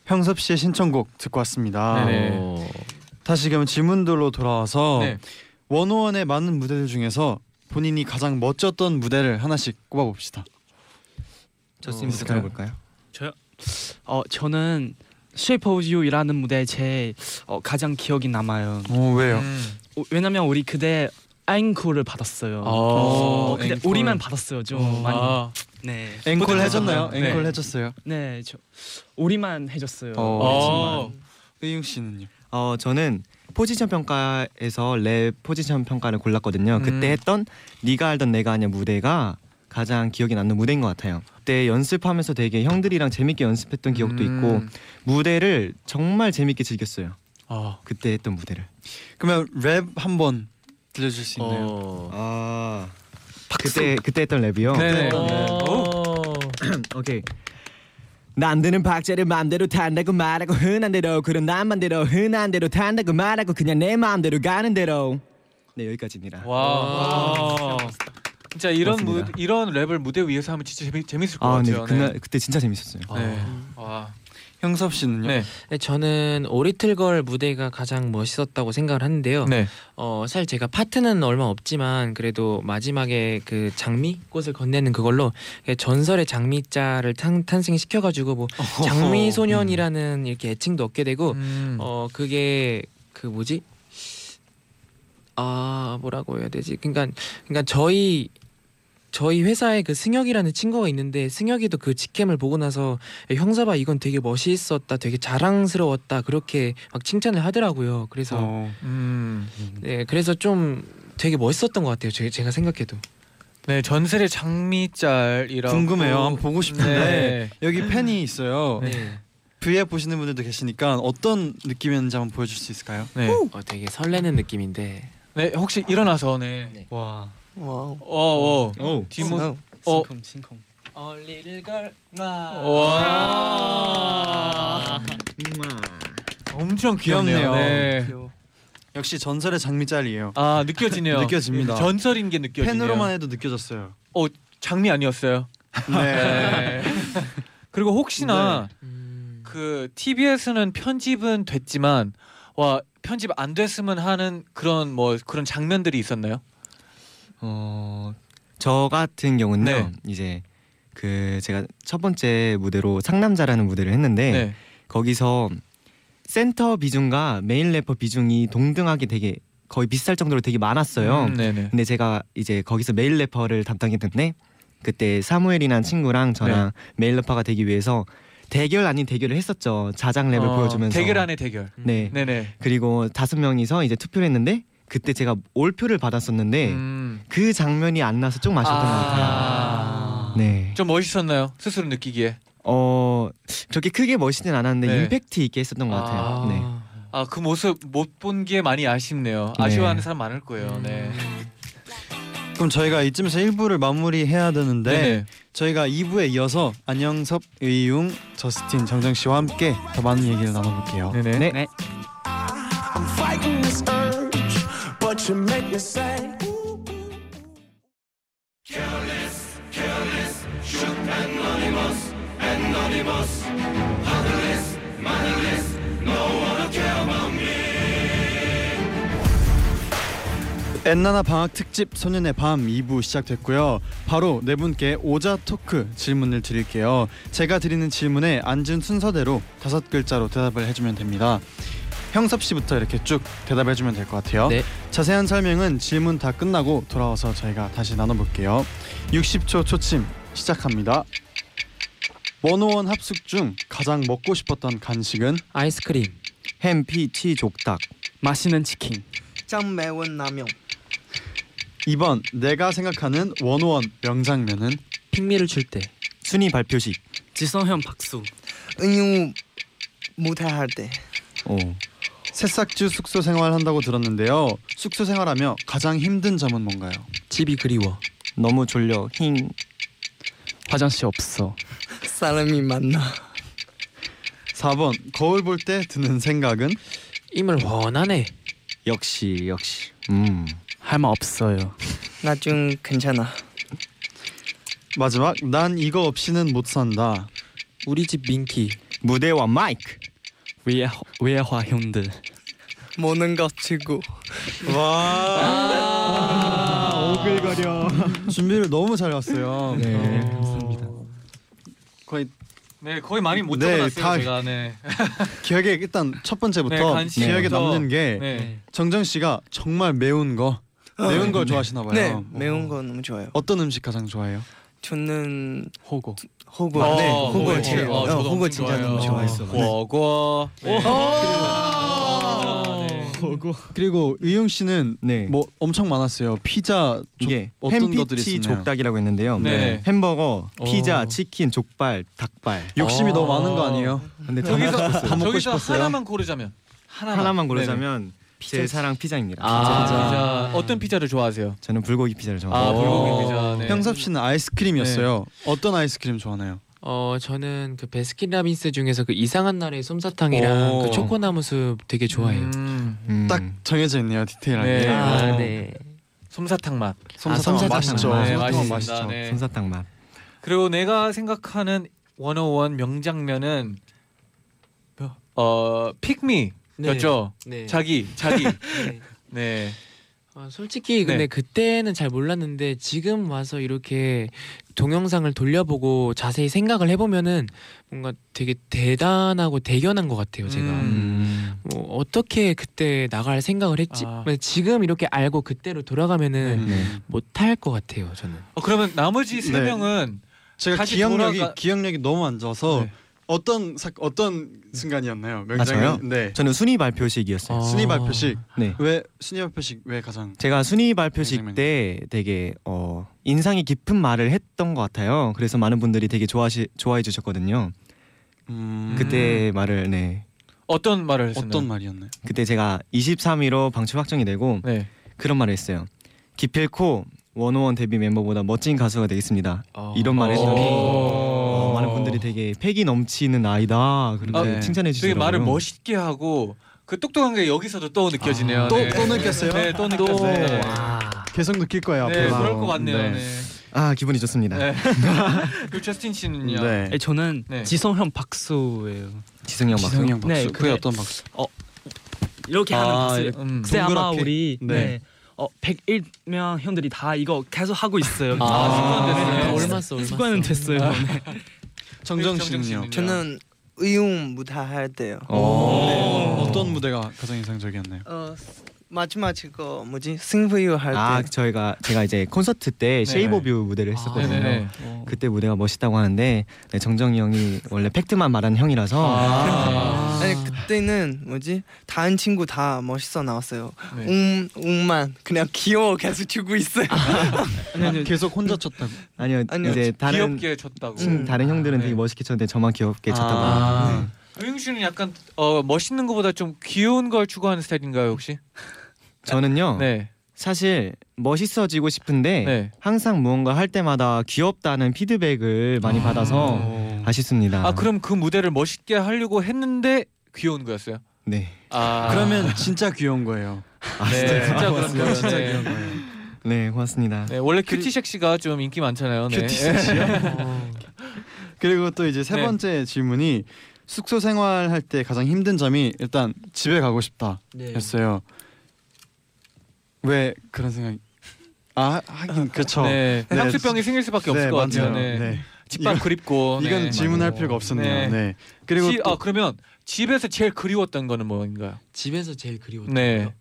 Speaker 4: 형섭 씨의 신청곡 듣고 왔습니다.
Speaker 2: 네네.
Speaker 4: 다시 그럼 질문들로 돌아와서
Speaker 2: 네.
Speaker 4: 원호원의 많은 무대들 중에서 본인이 가장 멋졌던 무대를 하나씩 꼽아봅시다.
Speaker 8: 저스틴부터 들어볼까요?
Speaker 9: 어 저는 Shape of You이라는 무대 제 어, 가장 기억이 남아요.
Speaker 4: 오 왜요?
Speaker 2: 음.
Speaker 9: 어, 왜냐면 우리 그때 앵콜을 받았어요.
Speaker 2: 어,
Speaker 9: 어, 근데
Speaker 2: 앵콜.
Speaker 9: 우리만 받았어요 좀 많이.
Speaker 2: 아,
Speaker 9: 네.
Speaker 4: 앵콜
Speaker 2: 무대
Speaker 4: 해줬나요?
Speaker 2: 괜찮아요.
Speaker 4: 앵콜
Speaker 2: 네.
Speaker 4: 해줬어요.
Speaker 9: 네, 저 우리만 해줬어요.
Speaker 4: 어.
Speaker 2: 어.
Speaker 4: 의용 씨는요?
Speaker 8: 어 저는 포지션 평가에서 랩 포지션 평가를 골랐거든요.
Speaker 2: 음.
Speaker 8: 그때 했던 네가 알던 내가 아니야 무대가 가장 기억에 남는 무대인 것 같아요. 그때 연습하면서 되게 형들이랑 재밌게 연습했던 기억도 있고
Speaker 2: 음.
Speaker 8: 무대를 정말 재밌게 즐겼어요.
Speaker 2: 아,
Speaker 8: 그때 했던 무대를.
Speaker 4: 그러면 랩 한번 들려줄 수 있나요?
Speaker 2: 어.
Speaker 8: 아 그때 그때 했던 랩이요.
Speaker 2: 네네.
Speaker 8: 오케이. 난 드는 박자를 마음대로 탄다고 말하고 흔한 대로 그런 남만 대로 흔한 대로 탄다고 말하고 그냥 내 마음대로 가는 대로. 네 여기까지입니다.
Speaker 2: 와. 진짜 이런 무,
Speaker 8: 맞습니다.
Speaker 2: 이런 랩을 무대 위에서 하면 진짜 재미, 재밌을 것
Speaker 8: 아, 네, 아,
Speaker 2: 같아요.
Speaker 8: 그날 그때 진짜 재밌었어요.
Speaker 2: 네. 네. 와.
Speaker 4: 형섭 씨는요?
Speaker 2: 네.
Speaker 7: 네, 저는 오 리틀걸 무대가 가장 멋있었다고 생각을 하는데요.
Speaker 2: 네.
Speaker 7: 어, 사실 제가 파트는 얼마 없지만 그래도 마지막에 그 장미 꽃을 건네는 그걸로 그 전설의 장미자를 탄, 탄생시켜 가지고 뭐 장미 소년이라는 이렇게 애칭도 얻게 되고
Speaker 2: 음.
Speaker 7: 어 그게 그 뭐지? 아, 뭐라고 해야 되지? 그러니까 그러니까 저희 저희 회사에 그 승혁이라는 친구가 있는데 승혁이도 그 직캠을 보고 나서 야, 형사봐 이건 되게 멋있었다, 되게 자랑스러웠다 그렇게 막 칭찬을 하더라고요. 그래서
Speaker 4: 어.
Speaker 2: 음.
Speaker 7: 네, 그래서 좀 되게 멋있었던 것 같아요. 제, 제가 생각해도.
Speaker 2: 네, 전설의 장미짤이라고
Speaker 4: 궁금해요. 한번 보고
Speaker 2: 네.
Speaker 4: 싶은데 여기 팬이 있어요.
Speaker 7: 네.
Speaker 4: V앱 보시는 분들도 계시니까 어떤 느낌이었는지 한번 보여줄 수 있을까요?
Speaker 2: 네.
Speaker 7: 어, 되게 설레는 느낌인데.
Speaker 2: 네, 혹시 일어나서 네.
Speaker 7: 네.
Speaker 4: 와.
Speaker 3: 와우.
Speaker 2: 어, 어.
Speaker 8: 오.
Speaker 2: 뒷모 어.
Speaker 9: 싱콩 싱콩.
Speaker 2: 와. 엄청 귀엽네요.
Speaker 4: 귀엽네요.
Speaker 2: 네.
Speaker 3: 귀여워.
Speaker 4: 역시 전설의 장미짤이에요.
Speaker 2: 아, 느껴지네요.
Speaker 4: 느껴집니다.
Speaker 2: 전설인 게 느껴지네요.
Speaker 4: 팬으로만 해도 느껴졌어요.
Speaker 2: 어, 장미 아니었어요. 네. 그리고 혹시나
Speaker 8: 음.
Speaker 2: 그 TBS는 편집은 됐지만 와 편집 안 됐으면 하는 그런 뭐 그런 장면들이 있었나요?
Speaker 8: 어, 저 같은 경우는
Speaker 2: 네.
Speaker 8: 이제 그 제가 첫 번째 무대로 상남자라는 무대를 했는데
Speaker 2: 네.
Speaker 8: 거기서 센터 비중과 메인 래퍼 비중이 동등하게 되게 거의 비슷할 정도로 되게 많았어요.
Speaker 2: 음, 네네.
Speaker 8: 근데 제가 이제 거기서 메일 래퍼를 담당했는데 그때 사무엘이라는 친구랑 저랑
Speaker 2: 네.
Speaker 8: 메일 래퍼가 되기 위해서 대결 아닌 대결을 했었죠. 자장 랩을
Speaker 2: 어,
Speaker 8: 보여주면서
Speaker 2: 대결 안에 음. 대결.
Speaker 8: 네.
Speaker 2: 네네.
Speaker 8: 그리고 다섯 명이서 이제 투표를 했는데 그때 제가 올 표를 받았었는데
Speaker 2: 음.
Speaker 8: 그 장면이 안 나서 좀 아쉬웠던 것 같아요.
Speaker 2: 아.
Speaker 8: 네.
Speaker 2: 좀 멋있었나요? 스스로 느끼기에.
Speaker 8: 어 그렇게 크게 멋있진 않았는데
Speaker 2: 네.
Speaker 8: 임팩트 있게 했었던 것 같아요.
Speaker 2: 아.
Speaker 8: 네.
Speaker 2: 아 그 모습 못 본 게 많이 아쉽네요.
Speaker 8: 네.
Speaker 2: 아쉬워하는 사람 많을 거예요. 네.
Speaker 4: 그럼 저희가 이쯤에서 1부를 마무리해야 되는데
Speaker 2: 네네.
Speaker 4: 저희가 2부에 이어서 안영섭, 의용, 저스틴, 정정 씨와 함께 더 많은 얘기를 나눠볼게요.
Speaker 2: 네네.
Speaker 6: I'm fighting this urge, but you make me say. ooh, ooh, ooh.
Speaker 4: 엔나나 방학 특집 소년의 밤 2부 시작됐고요. 바로 네 분께 오자 토크 질문을 드릴게요. 제가 드리는 질문에 앉은 순서대로 다섯 글자로 대답을 해주면 됩니다. 형섭 씨부터 이렇게 쭉 대답해주면 될 것 같아요.
Speaker 7: 네.
Speaker 4: 자세한 설명은 질문 다 끝나고 돌아와서 저희가 다시 나눠볼게요. 60초 초침 시작합니다. 원오원 합숙 중 가장 먹고 싶었던 간식은
Speaker 7: 아이스크림
Speaker 8: 햄, 피, 치, 족닭.
Speaker 9: 맛있는 치킨
Speaker 3: 짱 매운 라면
Speaker 4: 2번 내가 생각하는 원오원 명장면은
Speaker 7: 핑미를 줄 때
Speaker 8: 순위 발표식.
Speaker 9: 지성현 박수
Speaker 3: 응용 못할 때
Speaker 8: 오.
Speaker 4: 새싹주 숙소 생활한다고 들었는데요. 숙소 생활하며 가장 힘든 점은 뭔가요?
Speaker 7: 집이 그리워
Speaker 8: 너무 졸려. 힝.
Speaker 9: 화장실 없어
Speaker 3: 사람이 만나
Speaker 4: 4번 거울 볼 때 드는 생각은
Speaker 7: 임을 원하네
Speaker 8: 역시 역시. 음.
Speaker 9: 할 말 없어요
Speaker 3: 나 좀 괜찮아
Speaker 4: 마지막 난 이거 없이는 못 산다.
Speaker 7: 우리 집 민키
Speaker 8: 무대와 마이크.
Speaker 9: 외 외화 형들
Speaker 3: 모는 것 치고
Speaker 8: 오글거려.
Speaker 4: 아, 준비를 너무 잘 왔어요.
Speaker 8: 네.
Speaker 4: 감사합니다. 거의
Speaker 2: 네 거의 많이 못
Speaker 4: 네,
Speaker 2: 적어놨어요
Speaker 4: 다-
Speaker 2: 제가 네.
Speaker 4: 기억에 일단 첫
Speaker 2: 네,
Speaker 4: 번째부터
Speaker 2: 간식부터.
Speaker 4: 기억에 남는 게
Speaker 2: 네.
Speaker 4: 정정 씨가 정말 매운 거 매운 걸 좋아하시나 봐요.
Speaker 3: 네
Speaker 4: 어.
Speaker 3: 매운 거 너무 좋아요
Speaker 4: 어떤 음식 가장 좋아해요?
Speaker 3: 저는
Speaker 9: 호고
Speaker 3: 호구
Speaker 2: 어,
Speaker 3: 네
Speaker 2: 어,
Speaker 3: 호구
Speaker 2: 네.
Speaker 3: 진짜
Speaker 2: 어,
Speaker 3: 어,
Speaker 2: 저도
Speaker 3: 호구
Speaker 2: 엄청
Speaker 3: 진짜
Speaker 2: 좋아해요.
Speaker 3: 너무 좋아했어
Speaker 2: 버거. 네. 아, 네.
Speaker 4: 그리고 의용 씨는
Speaker 8: 네.
Speaker 4: 뭐 엄청 많았어요. 피자 조,
Speaker 8: 이게
Speaker 4: 어떤
Speaker 8: 햄, 피,
Speaker 4: 것들이
Speaker 8: 치,
Speaker 4: 있었나요?
Speaker 8: 족닭이라고 했는데요.
Speaker 2: 네.
Speaker 8: 햄버거,
Speaker 2: 어.
Speaker 8: 피자, 치킨, 족발, 닭발.
Speaker 4: 욕심이
Speaker 2: 어.
Speaker 4: 너무 많은 거 아니에요?
Speaker 8: 근데 저는
Speaker 2: 저기서
Speaker 4: 다 먹고
Speaker 2: 저기서
Speaker 4: 싶었어요.
Speaker 2: 하나만 고르자면 하나만, 네.
Speaker 8: 하나만 고르자면 제 사랑 피자입니다.
Speaker 2: 아,
Speaker 8: 진짜. 어.
Speaker 2: 피자. 어떤 피자를 좋아하세요?
Speaker 8: 저는 불고기 피자를
Speaker 2: 아
Speaker 8: 좋아합니다.
Speaker 2: 불고기 피자. 네.
Speaker 4: 형섭 씨는 아이스크림이었어요. 어떤 아이스크림 좋아하나요?
Speaker 7: 어 저는 그 베스킨라빈스 중에서 그 이상한 날의 솜사탕이랑
Speaker 2: 오.
Speaker 7: 그 초코나무숲 되게 좋아해요.
Speaker 2: 음,
Speaker 8: 음.
Speaker 4: 딱 정해져 있네요 디테일하게.
Speaker 2: 네. 아,
Speaker 7: 네.
Speaker 2: 솜사탕 맛.
Speaker 4: 솜사탕
Speaker 7: 아, 솜사탕
Speaker 4: 맛있죠.
Speaker 8: 음.
Speaker 7: 맛.
Speaker 2: 네,
Speaker 4: 솜사탕
Speaker 2: 맛있습니다.
Speaker 4: 맛있죠.
Speaker 2: 네.
Speaker 8: 솜사탕 맛.
Speaker 2: 그리고 내가 생각하는 101 명장면은 어 픽미였죠.
Speaker 7: 네.
Speaker 2: 자기 자기.
Speaker 7: 네.
Speaker 2: 네.
Speaker 7: 어, 솔직히 근데
Speaker 2: 네.
Speaker 7: 그때는 잘 몰랐는데 지금 와서 이렇게 동영상을 돌려보고 자세히 생각을 해보면은 뭔가 되게 대단하고 대견한 것 같아요. 제가
Speaker 2: 음.
Speaker 7: 뭐 어떻게 그때 나갈 생각을 했지?
Speaker 2: 아. 음.
Speaker 7: 지금 이렇게 알고 그때로 돌아가면은
Speaker 8: 네.
Speaker 7: 못할 것 같아요. 저는.
Speaker 2: 어, 그러면 나머지 세
Speaker 4: 네.
Speaker 2: 명은
Speaker 4: 제가
Speaker 2: 다시
Speaker 4: 기억력이
Speaker 2: 돌아가-
Speaker 4: 기억력이 너무 안 좋아서
Speaker 2: 네.
Speaker 4: 어떤 사, 어떤 순간이었나요?
Speaker 8: 저요? 아.
Speaker 4: 명장면. 네.
Speaker 8: 저는 순위 발표식이었어요.
Speaker 7: 어.
Speaker 4: 순위 발표식
Speaker 2: 아.
Speaker 8: 네.
Speaker 4: 왜 순위 발표식 왜 가장
Speaker 8: 제가 순위 발표식
Speaker 4: 굉장히
Speaker 8: 때 되게 어, 인상이 깊은 말을 했던 것 같아요. 그래서 많은 분들이 되게 좋아시 좋아해 주셨거든요.
Speaker 4: 음,
Speaker 8: 그때 말을 네.
Speaker 2: 어떤 말을 했었나요?
Speaker 4: 어떤 말이었나요?
Speaker 8: 그때 제가 23위로 방출 확정이 되고
Speaker 2: 네.
Speaker 8: 그런 말을 했어요. 기필코 101 데뷔 멤버보다 멋진 가수가 되겠습니다. 이런 말을
Speaker 2: 오.
Speaker 8: 했더니 어, 많은 분들이 되게 패기 넘치는 아이다. 그렇게 네.
Speaker 4: 아,
Speaker 8: 칭찬해 주시더라고요.
Speaker 2: 되게 말을 멋있게 하고 그 똑똑한 게 여기서도 또 느껴지네요.
Speaker 4: 또-
Speaker 2: 네.
Speaker 4: 또 느꼈어요?
Speaker 2: 네, 또 느꼈어요.
Speaker 4: 네.
Speaker 2: 네,
Speaker 4: 계속 느낄 거예요.
Speaker 2: 네,
Speaker 4: 앞으로.
Speaker 2: 그럴 것 같네요.
Speaker 4: 네.
Speaker 2: 네.
Speaker 8: 아 기분이 좋습니다.
Speaker 2: 네. 그리고 채스틴 씨는요.
Speaker 4: 네.
Speaker 9: 네, 저는
Speaker 2: 네.
Speaker 9: 지성현 박수예요
Speaker 8: 지성이
Speaker 4: 지성이
Speaker 8: 형 박수.
Speaker 4: 형 박수.
Speaker 9: 네,
Speaker 4: 그게
Speaker 9: 그게-
Speaker 4: 어떤 박수?
Speaker 9: 이렇게 하는 박수
Speaker 2: 음.
Speaker 9: 그때 아마
Speaker 4: 동그랗게?
Speaker 9: 우리
Speaker 4: 네.
Speaker 9: 네. 어 101명 형들이 다 이거 계속 하고 있어요.
Speaker 2: 아, 습관 됐어요.
Speaker 9: 네.
Speaker 7: 얼마 써, 얼마
Speaker 9: 습관은
Speaker 7: 써.
Speaker 9: 됐어요. 네.
Speaker 4: 정정
Speaker 2: 정정
Speaker 4: 씨는요.
Speaker 2: 씨는요?
Speaker 3: 저는 의용 못할 때요
Speaker 8: 어.
Speaker 4: 네. 어떤 무대가 가장 인상적이었나요?
Speaker 3: 어 마지막 그거 뭐지 승부유
Speaker 2: 네,
Speaker 3: 할 때
Speaker 8: 아 저희가 제가 이제 콘서트 때 쉐이버 뷰 무대를 했었거든요.
Speaker 2: 아, 네네네.
Speaker 8: 그때 무대가 멋있다고 하는데 네, 정정이 형이 원래 팩트만 말하는 형이라서
Speaker 2: 아.
Speaker 3: 아니 그때는 뭐지 다른 친구 다 멋있어 나왔어요.
Speaker 9: 아.
Speaker 2: 네.
Speaker 9: 음.
Speaker 3: 웅 웅만 그냥 귀여워 계속 주고 있어요.
Speaker 2: 네,
Speaker 9: 아니, 아니,
Speaker 4: 계속 혼자 쳤다고.
Speaker 8: 아니요,
Speaker 3: 아니요,
Speaker 8: 이제 다른
Speaker 2: 귀엽게 쳤다고.
Speaker 8: 음, 다른 형들은
Speaker 2: 아,
Speaker 8: 되게
Speaker 2: 네.
Speaker 8: 멋있게 쳤는데 저만 귀엽게 쳤다고. 네.
Speaker 2: 아. 의웅 씨는 약간 어, 멋있는 것보다 좀 귀여운 걸 추구하는 스타일인가요 혹시?
Speaker 8: 저는요
Speaker 2: 네.
Speaker 8: 사실 멋있어지고 싶은데
Speaker 2: 네.
Speaker 8: 항상 무언가 할 때마다 귀엽다는 피드백을 많이 받아서 아쉽습니다.
Speaker 2: 아 그럼 그 무대를 멋있게 하려고 했는데 귀여운 거였어요?
Speaker 8: 네.
Speaker 2: 아
Speaker 4: 그러면 진짜 귀여운 거예요.
Speaker 8: 아,
Speaker 2: 네,
Speaker 8: 진짜요?
Speaker 2: 진짜 그런
Speaker 4: 고맙습니다.
Speaker 2: 거예요.
Speaker 4: 진짜
Speaker 2: 네.
Speaker 4: 귀여운 거예요.
Speaker 8: 네 고맙습니다.
Speaker 2: 네 원래 큐티 섹시가 좀 인기 많잖아요. 네.
Speaker 4: 큐티 섹시요? 그리고 또 이제 세
Speaker 2: 네.
Speaker 4: 번째 질문이 숙소 생활할 때 가장 힘든 점이 일단 집에 가고
Speaker 9: 네.
Speaker 4: 싶다였어요. 왜 그런 생각이? 아 하긴 그렇죠.
Speaker 2: 네.
Speaker 4: 네.
Speaker 2: 향수병이 생길 수밖에 없을
Speaker 4: 네,
Speaker 2: 것 같아요.
Speaker 4: 맞아요.
Speaker 2: 네.
Speaker 4: 네.
Speaker 2: 집밥
Speaker 4: 이건-
Speaker 2: 그립고.
Speaker 4: 이건
Speaker 2: 네.
Speaker 4: 질문할
Speaker 7: 맞아요.
Speaker 4: 필요가
Speaker 2: 네.
Speaker 4: 없었네요. 네. 그리고
Speaker 2: 집-
Speaker 4: 또
Speaker 2: 아 그러면 집에서 제일 그리웠던 거는 뭔가요?
Speaker 7: 집에서 제일 그리웠던
Speaker 2: 네.
Speaker 7: 거요.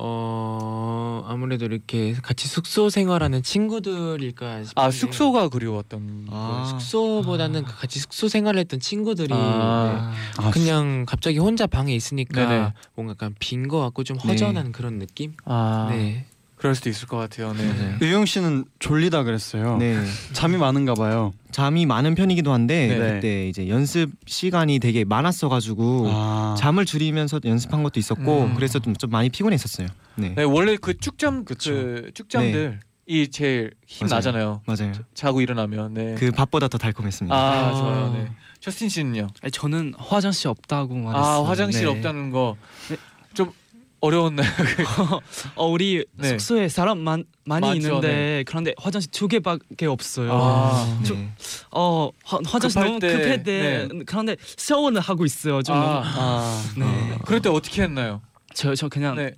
Speaker 7: 어 아무래도 이렇게 같이 숙소 생활하는 친구들일까 싶은데
Speaker 2: 아 숙소가 그리웠던
Speaker 7: 그
Speaker 2: 거.
Speaker 7: 숙소보다는 그 같이 숙소 생활했던 친구들이
Speaker 2: 아.
Speaker 4: 아,
Speaker 7: 네. 그냥 갑자기 혼자 방에 있으니까
Speaker 2: 네네. 네.
Speaker 7: 뭔가 약간 빈 거 같고 좀 허전한 그런 느낌.
Speaker 2: 아.
Speaker 7: 네.
Speaker 2: 그럴 수도 있을 것 같아요. 네.
Speaker 7: 맞아요.
Speaker 4: 유영 씨는 졸리다 그랬어요.
Speaker 8: 네.
Speaker 4: 잠이 많은가 봐요.
Speaker 8: 잠이 많은 편이기도 한데
Speaker 4: 네.
Speaker 8: 그때 이제 연습 시간이 되게 많았어가지고
Speaker 4: 아.
Speaker 8: 잠을 줄이면서 연습한 것도 있었고
Speaker 2: 음.
Speaker 8: 그래서 좀, 좀 많이 피곤했었어요. 네,
Speaker 2: 네, 원래 그 쭉잠 그
Speaker 8: 그쵸.
Speaker 9: 네.
Speaker 2: 쭉잠들이 제일 힘
Speaker 8: 맞아요.
Speaker 2: 나잖아요.
Speaker 8: 맞아요.
Speaker 2: 자고 일어나면. 네.
Speaker 8: 그 밥보다 더 달콤했습니다.
Speaker 2: 아
Speaker 9: 아.
Speaker 2: 좋아요. 네. 최스틴 씨는요?
Speaker 9: 아니, 저는 화장실 없다고 말했어요.
Speaker 2: 아 화장실
Speaker 9: 네.
Speaker 2: 없다는 거
Speaker 9: 네.
Speaker 2: 좀 어려웠나요?
Speaker 9: 어 우리
Speaker 2: 네.
Speaker 9: 숙소에 사람 많, 많이
Speaker 2: 많죠,
Speaker 9: 있는데
Speaker 2: 네.
Speaker 9: 그런데 화장실 두 개밖에 없어요.
Speaker 2: 아.
Speaker 8: 네.
Speaker 9: 좀- 어 화, 화장실
Speaker 2: 급할
Speaker 9: 너무
Speaker 2: 때, 네.
Speaker 9: 급해 때 그런데 샤워는 하고 있어요. 좀 너무-
Speaker 2: 아.
Speaker 9: 네.
Speaker 2: 그럴 때 어떻게 했나요?
Speaker 9: 저, 저 그냥
Speaker 2: 네.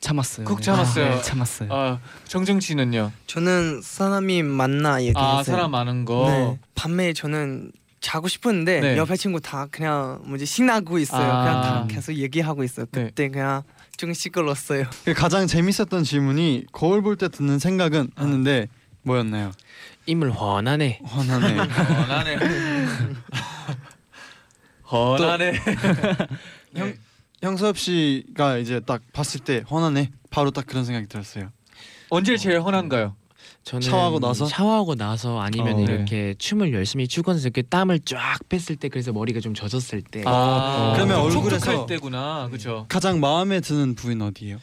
Speaker 9: 참았어요.
Speaker 2: 꾹
Speaker 9: 네.
Speaker 2: 참았어요.
Speaker 9: 아, 네, 참았어요. 네,
Speaker 2: 아 정정 씨는요?
Speaker 3: 저는 사람이 만나 얘기했어요.
Speaker 2: 아 사람 많은 거.
Speaker 3: 네. 밤에 저는 자고 싶었는데
Speaker 2: 네.
Speaker 3: 옆에 친구 다 그냥 뭐지 신나고 있어요.
Speaker 2: 아.
Speaker 3: 그냥 다 계속 얘기하고 있어요.
Speaker 2: 네.
Speaker 3: 그때 그냥 좀 시끄러웠어요.
Speaker 4: 가장 재밌었던 질문이 거울 볼 때 듣는 생각은 했는데 뭐였나요?
Speaker 7: 임을 훤하네.
Speaker 4: 화나네.
Speaker 2: 아. 헌하네. 아, 헌하네. 형
Speaker 4: 형섭 씨가 이제 딱 봤을 때 화나네. 바로 딱 그런 생각이 들었어요.
Speaker 2: 언제
Speaker 9: 어.
Speaker 2: 제일 헌한가요?
Speaker 7: 저는
Speaker 4: 샤워하고 나서?
Speaker 7: 샤워하고 나서 아니면
Speaker 4: 어, 네.
Speaker 7: 이렇게 춤을 열심히 추고서 이렇게 땀을 쫙 뺐을 때 그래서 머리가 좀 젖었을 때.
Speaker 2: 아,
Speaker 7: 어,
Speaker 4: 그러면
Speaker 2: 좀
Speaker 4: 얼굴에서-
Speaker 2: 촉촉할 때구나. 그렇죠.
Speaker 4: 가장 마음에 드는 부위는 어디예요?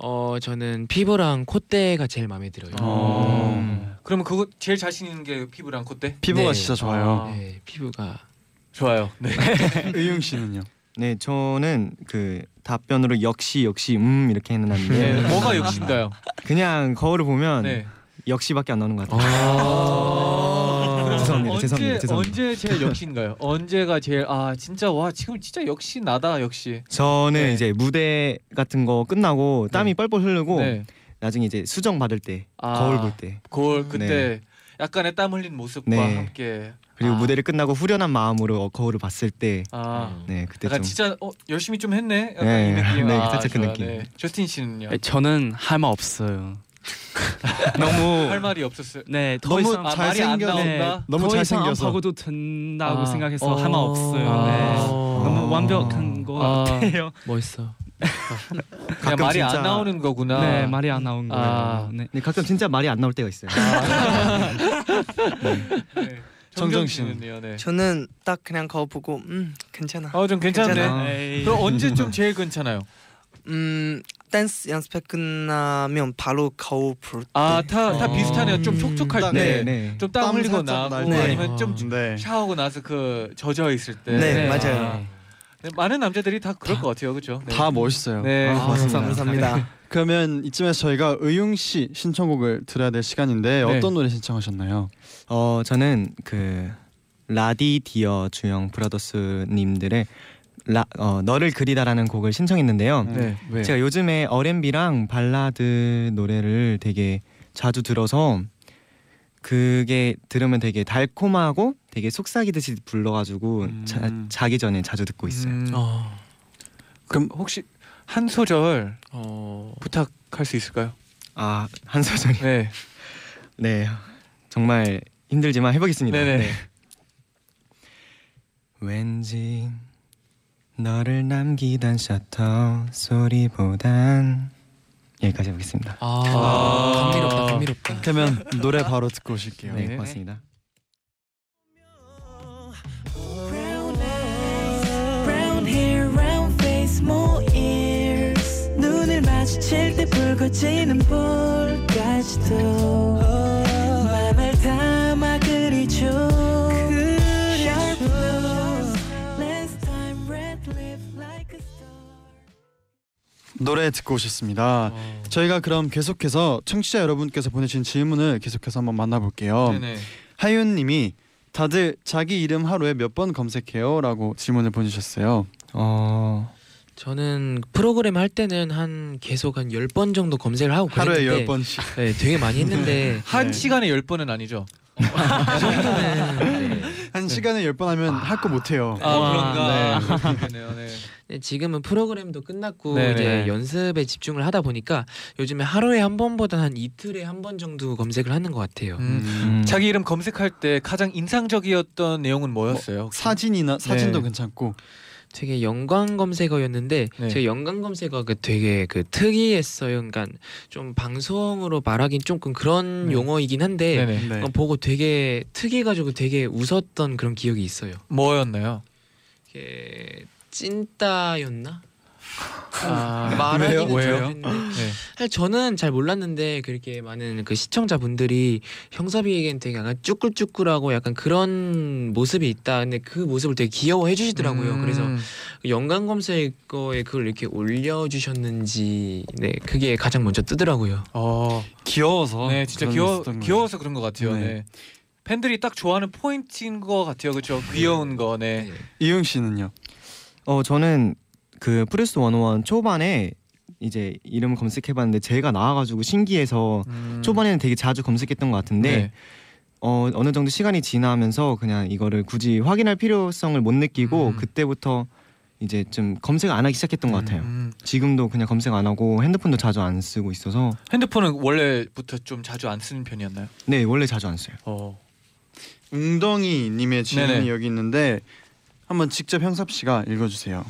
Speaker 7: 어 저는 피부랑 콧대가 제일 마음에 들어요.
Speaker 4: 어.
Speaker 2: 음. 그러면 그거 제일 자신 있는 게 피부랑 콧대?
Speaker 4: 피부가
Speaker 7: 네.
Speaker 4: 진짜 좋아요.
Speaker 2: 아.
Speaker 7: 네, 피부가
Speaker 2: 좋아요. 네.
Speaker 4: 의용 씨는요?
Speaker 8: 네, 저는 그 답변으로 역시 역시 음 이렇게
Speaker 2: 네.
Speaker 8: 해놨는데
Speaker 2: 뭐가 욕심가요?
Speaker 8: 그냥 거울을 보면
Speaker 2: 네.
Speaker 8: 역시밖에 안 나오는 것 아, 같아요.
Speaker 2: 아.
Speaker 8: 죄송합니다,
Speaker 2: 언제,
Speaker 8: 죄송합니다, 죄송합니다.
Speaker 2: 언제 제일 역시인가요? 언제가 제일 아 진짜 와 지금 진짜 역시 나다 역시.
Speaker 8: 저는
Speaker 2: 네.
Speaker 8: 이제 무대 같은 거 끝나고 땀이 뻘뻘 흐르고
Speaker 2: 네.
Speaker 8: 나중에 이제 수정 받을 때
Speaker 2: 아.
Speaker 8: 거울 볼 때
Speaker 2: 거울 그때 약간의 땀 흘린 모습과
Speaker 8: 네.
Speaker 2: 함께
Speaker 8: 그리고
Speaker 2: 아.
Speaker 8: 무대를 끝나고 후련한 마음으로 어, 거울을 봤을 때
Speaker 2: 아
Speaker 8: 네, 그때
Speaker 2: 약간
Speaker 8: 좀
Speaker 2: 진짜 어, 열심히 좀 했네. 약간
Speaker 8: 네.
Speaker 2: 이 느낌.
Speaker 8: 네,
Speaker 2: 아,
Speaker 8: 살짝 그
Speaker 2: 좋아.
Speaker 8: 느낌.
Speaker 2: 네. 저스틴 씨는요?
Speaker 9: 아니, 저는 할 말 없어요.
Speaker 8: 아,
Speaker 9: 너무
Speaker 2: 할 말이 없었어요.
Speaker 9: 네, 더
Speaker 4: 너무
Speaker 9: 이상
Speaker 2: 아,
Speaker 4: 잘
Speaker 2: 말이 안
Speaker 4: 생겼네.
Speaker 2: 나온다.
Speaker 4: 너무
Speaker 9: 더
Speaker 4: 잘
Speaker 9: 이상 안
Speaker 4: 생겨서.
Speaker 9: 파고도 된다고
Speaker 7: 아.
Speaker 9: 생각해서
Speaker 7: 어.
Speaker 9: 할 말 없어요. 네.
Speaker 7: 아.
Speaker 9: 너무 완벽한 거
Speaker 2: 아.
Speaker 9: 같아요.
Speaker 7: 멋있어.
Speaker 2: 그냥
Speaker 8: 가끔
Speaker 2: 말이
Speaker 8: 진짜-
Speaker 2: 안 나오는 거구나.
Speaker 9: 네, 말이 안 나온 거예요.
Speaker 2: 아.
Speaker 9: 네.
Speaker 8: 근데 가끔 진짜 말이 안 나올 때가 있어요.
Speaker 2: 네. 정정
Speaker 4: 정정 씨는?
Speaker 2: 씨는요. 네.
Speaker 3: 저는 딱 그냥 거울 보고 음 괜찮아.
Speaker 2: 어좀 괜찮네.
Speaker 3: 괜찮아.
Speaker 9: 에이.
Speaker 2: 그럼 언제 좀 제일 괜찮아요?
Speaker 3: 음 댄스 연습회 끝나면 바로 거울 볼 때.
Speaker 2: 아 다 다
Speaker 4: 어.
Speaker 2: 아, 비슷하네요. 좀 촉촉할
Speaker 8: 네,
Speaker 2: 때,
Speaker 8: 네.
Speaker 2: 좀 땀
Speaker 4: 땀
Speaker 2: 흘리고
Speaker 4: 살짝 날
Speaker 2: 나고 뭐
Speaker 4: 때.
Speaker 2: 아니면 좀
Speaker 4: 네.
Speaker 2: 샤워하고 나서 그 젖어 있을 때.
Speaker 3: 네,
Speaker 9: 네.
Speaker 3: 맞아요.
Speaker 2: 네, 많은 남자들이 다 그럴 것 같아요, 그렇죠? 네.
Speaker 4: 다 멋있어요.
Speaker 2: 네.
Speaker 8: 아, 맞습니다.
Speaker 3: 감사합니다.
Speaker 4: 그러면 이쯤에서 저희가 의용 씨 신청곡을 들어야 될 시간인데
Speaker 2: 네.
Speaker 4: 어떤 노래 신청하셨나요?
Speaker 8: 어 저는 그 라디 디어 주영 브라더스님들의 라, 어, 너를 그리다라는 곡을 신청했는데요.
Speaker 2: 네.
Speaker 4: 왜?
Speaker 8: 제가 요즘에 R&B랑 발라드 노래를 되게 자주 들어서 그게 들으면 되게 달콤하고 되게 속삭이듯이 불러가지고 자,
Speaker 4: 음.
Speaker 8: 자기 전에 자주 듣고 있어요.
Speaker 2: 음,
Speaker 7: 어,
Speaker 2: 그럼 혹시 한 소절
Speaker 7: 어,
Speaker 2: 부탁할 수 있을까요?
Speaker 8: 아 한 소절이
Speaker 2: 네.
Speaker 8: 네 정말 힘들지만 해보겠습니다.
Speaker 2: 네네.
Speaker 8: 네. 왠지 너를 남기던 셔터 소리보단 여기까지 해보겠습니다.
Speaker 7: 아,
Speaker 2: 아.
Speaker 7: 감미롭다, 감미롭다.
Speaker 4: 그러면 노래 바로 듣고 오실게요.
Speaker 8: 네 고맙습니다.
Speaker 1: Brown eyes, brown hair, round face, more ears. 눈을 마주칠 때 붉어지는 볼까지도 맘을 담아 그리죠. Sharp nose, last time red lip like a star.
Speaker 4: 노래 듣고 오셨습니다.
Speaker 2: 어.
Speaker 4: 저희가 그럼 계속해서 청취자 여러분께서 보내주신 질문을 계속해서 한번 만나볼게요.
Speaker 2: 네네.
Speaker 4: 하윤님이 다들 자기 이름 하루에 몇 번 검색해요라고 질문을 보내주셨어요.
Speaker 8: 어,
Speaker 7: 저는 프로그램 할 때는 한 계속 한 10번 정도 검색을 하고
Speaker 4: 하루에
Speaker 7: 그랬는데
Speaker 4: 열 번씩.
Speaker 7: 네, 되게 많이 했는데
Speaker 2: 한
Speaker 4: 네.
Speaker 2: 시간에 열 번은 아니죠.
Speaker 7: 그 정도는 네.
Speaker 4: 한 시간에 열 번 하면 할 거 못해요.
Speaker 2: 아
Speaker 7: 와,
Speaker 2: 그런가. 네. 그렇네요. 네.
Speaker 7: 네, 지금은 프로그램도 끝났고
Speaker 2: 네네.
Speaker 7: 이제 연습에 집중을 하다 보니까 요즘에 하루에 한 번보다 한 이틀에 한 번 정도 검색을 하는 것 같아요.
Speaker 2: 음,
Speaker 8: 음.
Speaker 2: 자기 이름 검색할 때 가장 인상적이었던 내용은 뭐였어요? 혹시?
Speaker 4: 사진이나 사진도
Speaker 2: 네.
Speaker 4: 괜찮고.
Speaker 7: 되게 영광 검색어였는데
Speaker 2: 네.
Speaker 7: 제가 영광 검색어가 되게 그 특이했어요. 그러니까 좀 방송으로 말하긴 조금 그런
Speaker 2: 네.
Speaker 7: 용어이긴 한데
Speaker 2: 네네.
Speaker 4: 네.
Speaker 7: 그거 보고 되게 특이해가지고 되게 웃었던 그런 기억이 있어요.
Speaker 2: 뭐였나요?
Speaker 7: 이게 찐따였나?
Speaker 2: 아,
Speaker 7: 말하기는
Speaker 2: 왜요?
Speaker 7: 좀
Speaker 2: 왜요?
Speaker 7: 했는데
Speaker 2: 네.
Speaker 7: 사실 저는 잘 몰랐는데 그렇게 많은 그 시청자분들이 형섭이에겐 되게 약간 쭈글쭈글하고 약간 그런 모습이 있다. 근데 그 모습을 되게 귀여워해 주시더라고요.
Speaker 2: 음.
Speaker 7: 그래서 연관 검색어에 그걸 이렇게 올려주셨는지 네 그게 가장 먼저 뜨더라고요.
Speaker 2: 어,
Speaker 4: 귀여워서.
Speaker 2: 네, 진짜
Speaker 4: 그런
Speaker 2: 귀여
Speaker 4: 있었던 거예요.
Speaker 2: 귀여워서 그런 것 같아요.
Speaker 4: 네.
Speaker 2: 네. 팬들이 딱 좋아하는 포인트인 것 같아요, 그렇죠? 귀여운 거네.
Speaker 4: 이응 씨는요.
Speaker 8: 어 저는 그 프레스 101 초반에 이제 이름 검색해봤는데 제가 나와가지고 신기해서
Speaker 2: 음.
Speaker 8: 초반에는 네, 되게 자주 검색했던 것
Speaker 2: 네.
Speaker 8: 같은데 어, 어느 정도 시간이 지나면서 그냥 이거를 굳이 확인할 필요성을 못 느끼고
Speaker 2: 음.
Speaker 8: 그때부터 이제 좀 검색 안 하기 시작했던 것 같아요.
Speaker 2: 음.
Speaker 8: 지금도 그냥 검색 안 하고 핸드폰도 자주 안 쓰고 있어서
Speaker 2: 핸드폰은 원래부터 좀 자주 안 쓰는 편이었나요?
Speaker 8: 네 원래 자주 안 써요.
Speaker 2: 어.
Speaker 4: 웅덩이님의 질문이
Speaker 2: 네네.
Speaker 4: 여기 있는데 한번 직접 형섭 씨가 읽어주세요.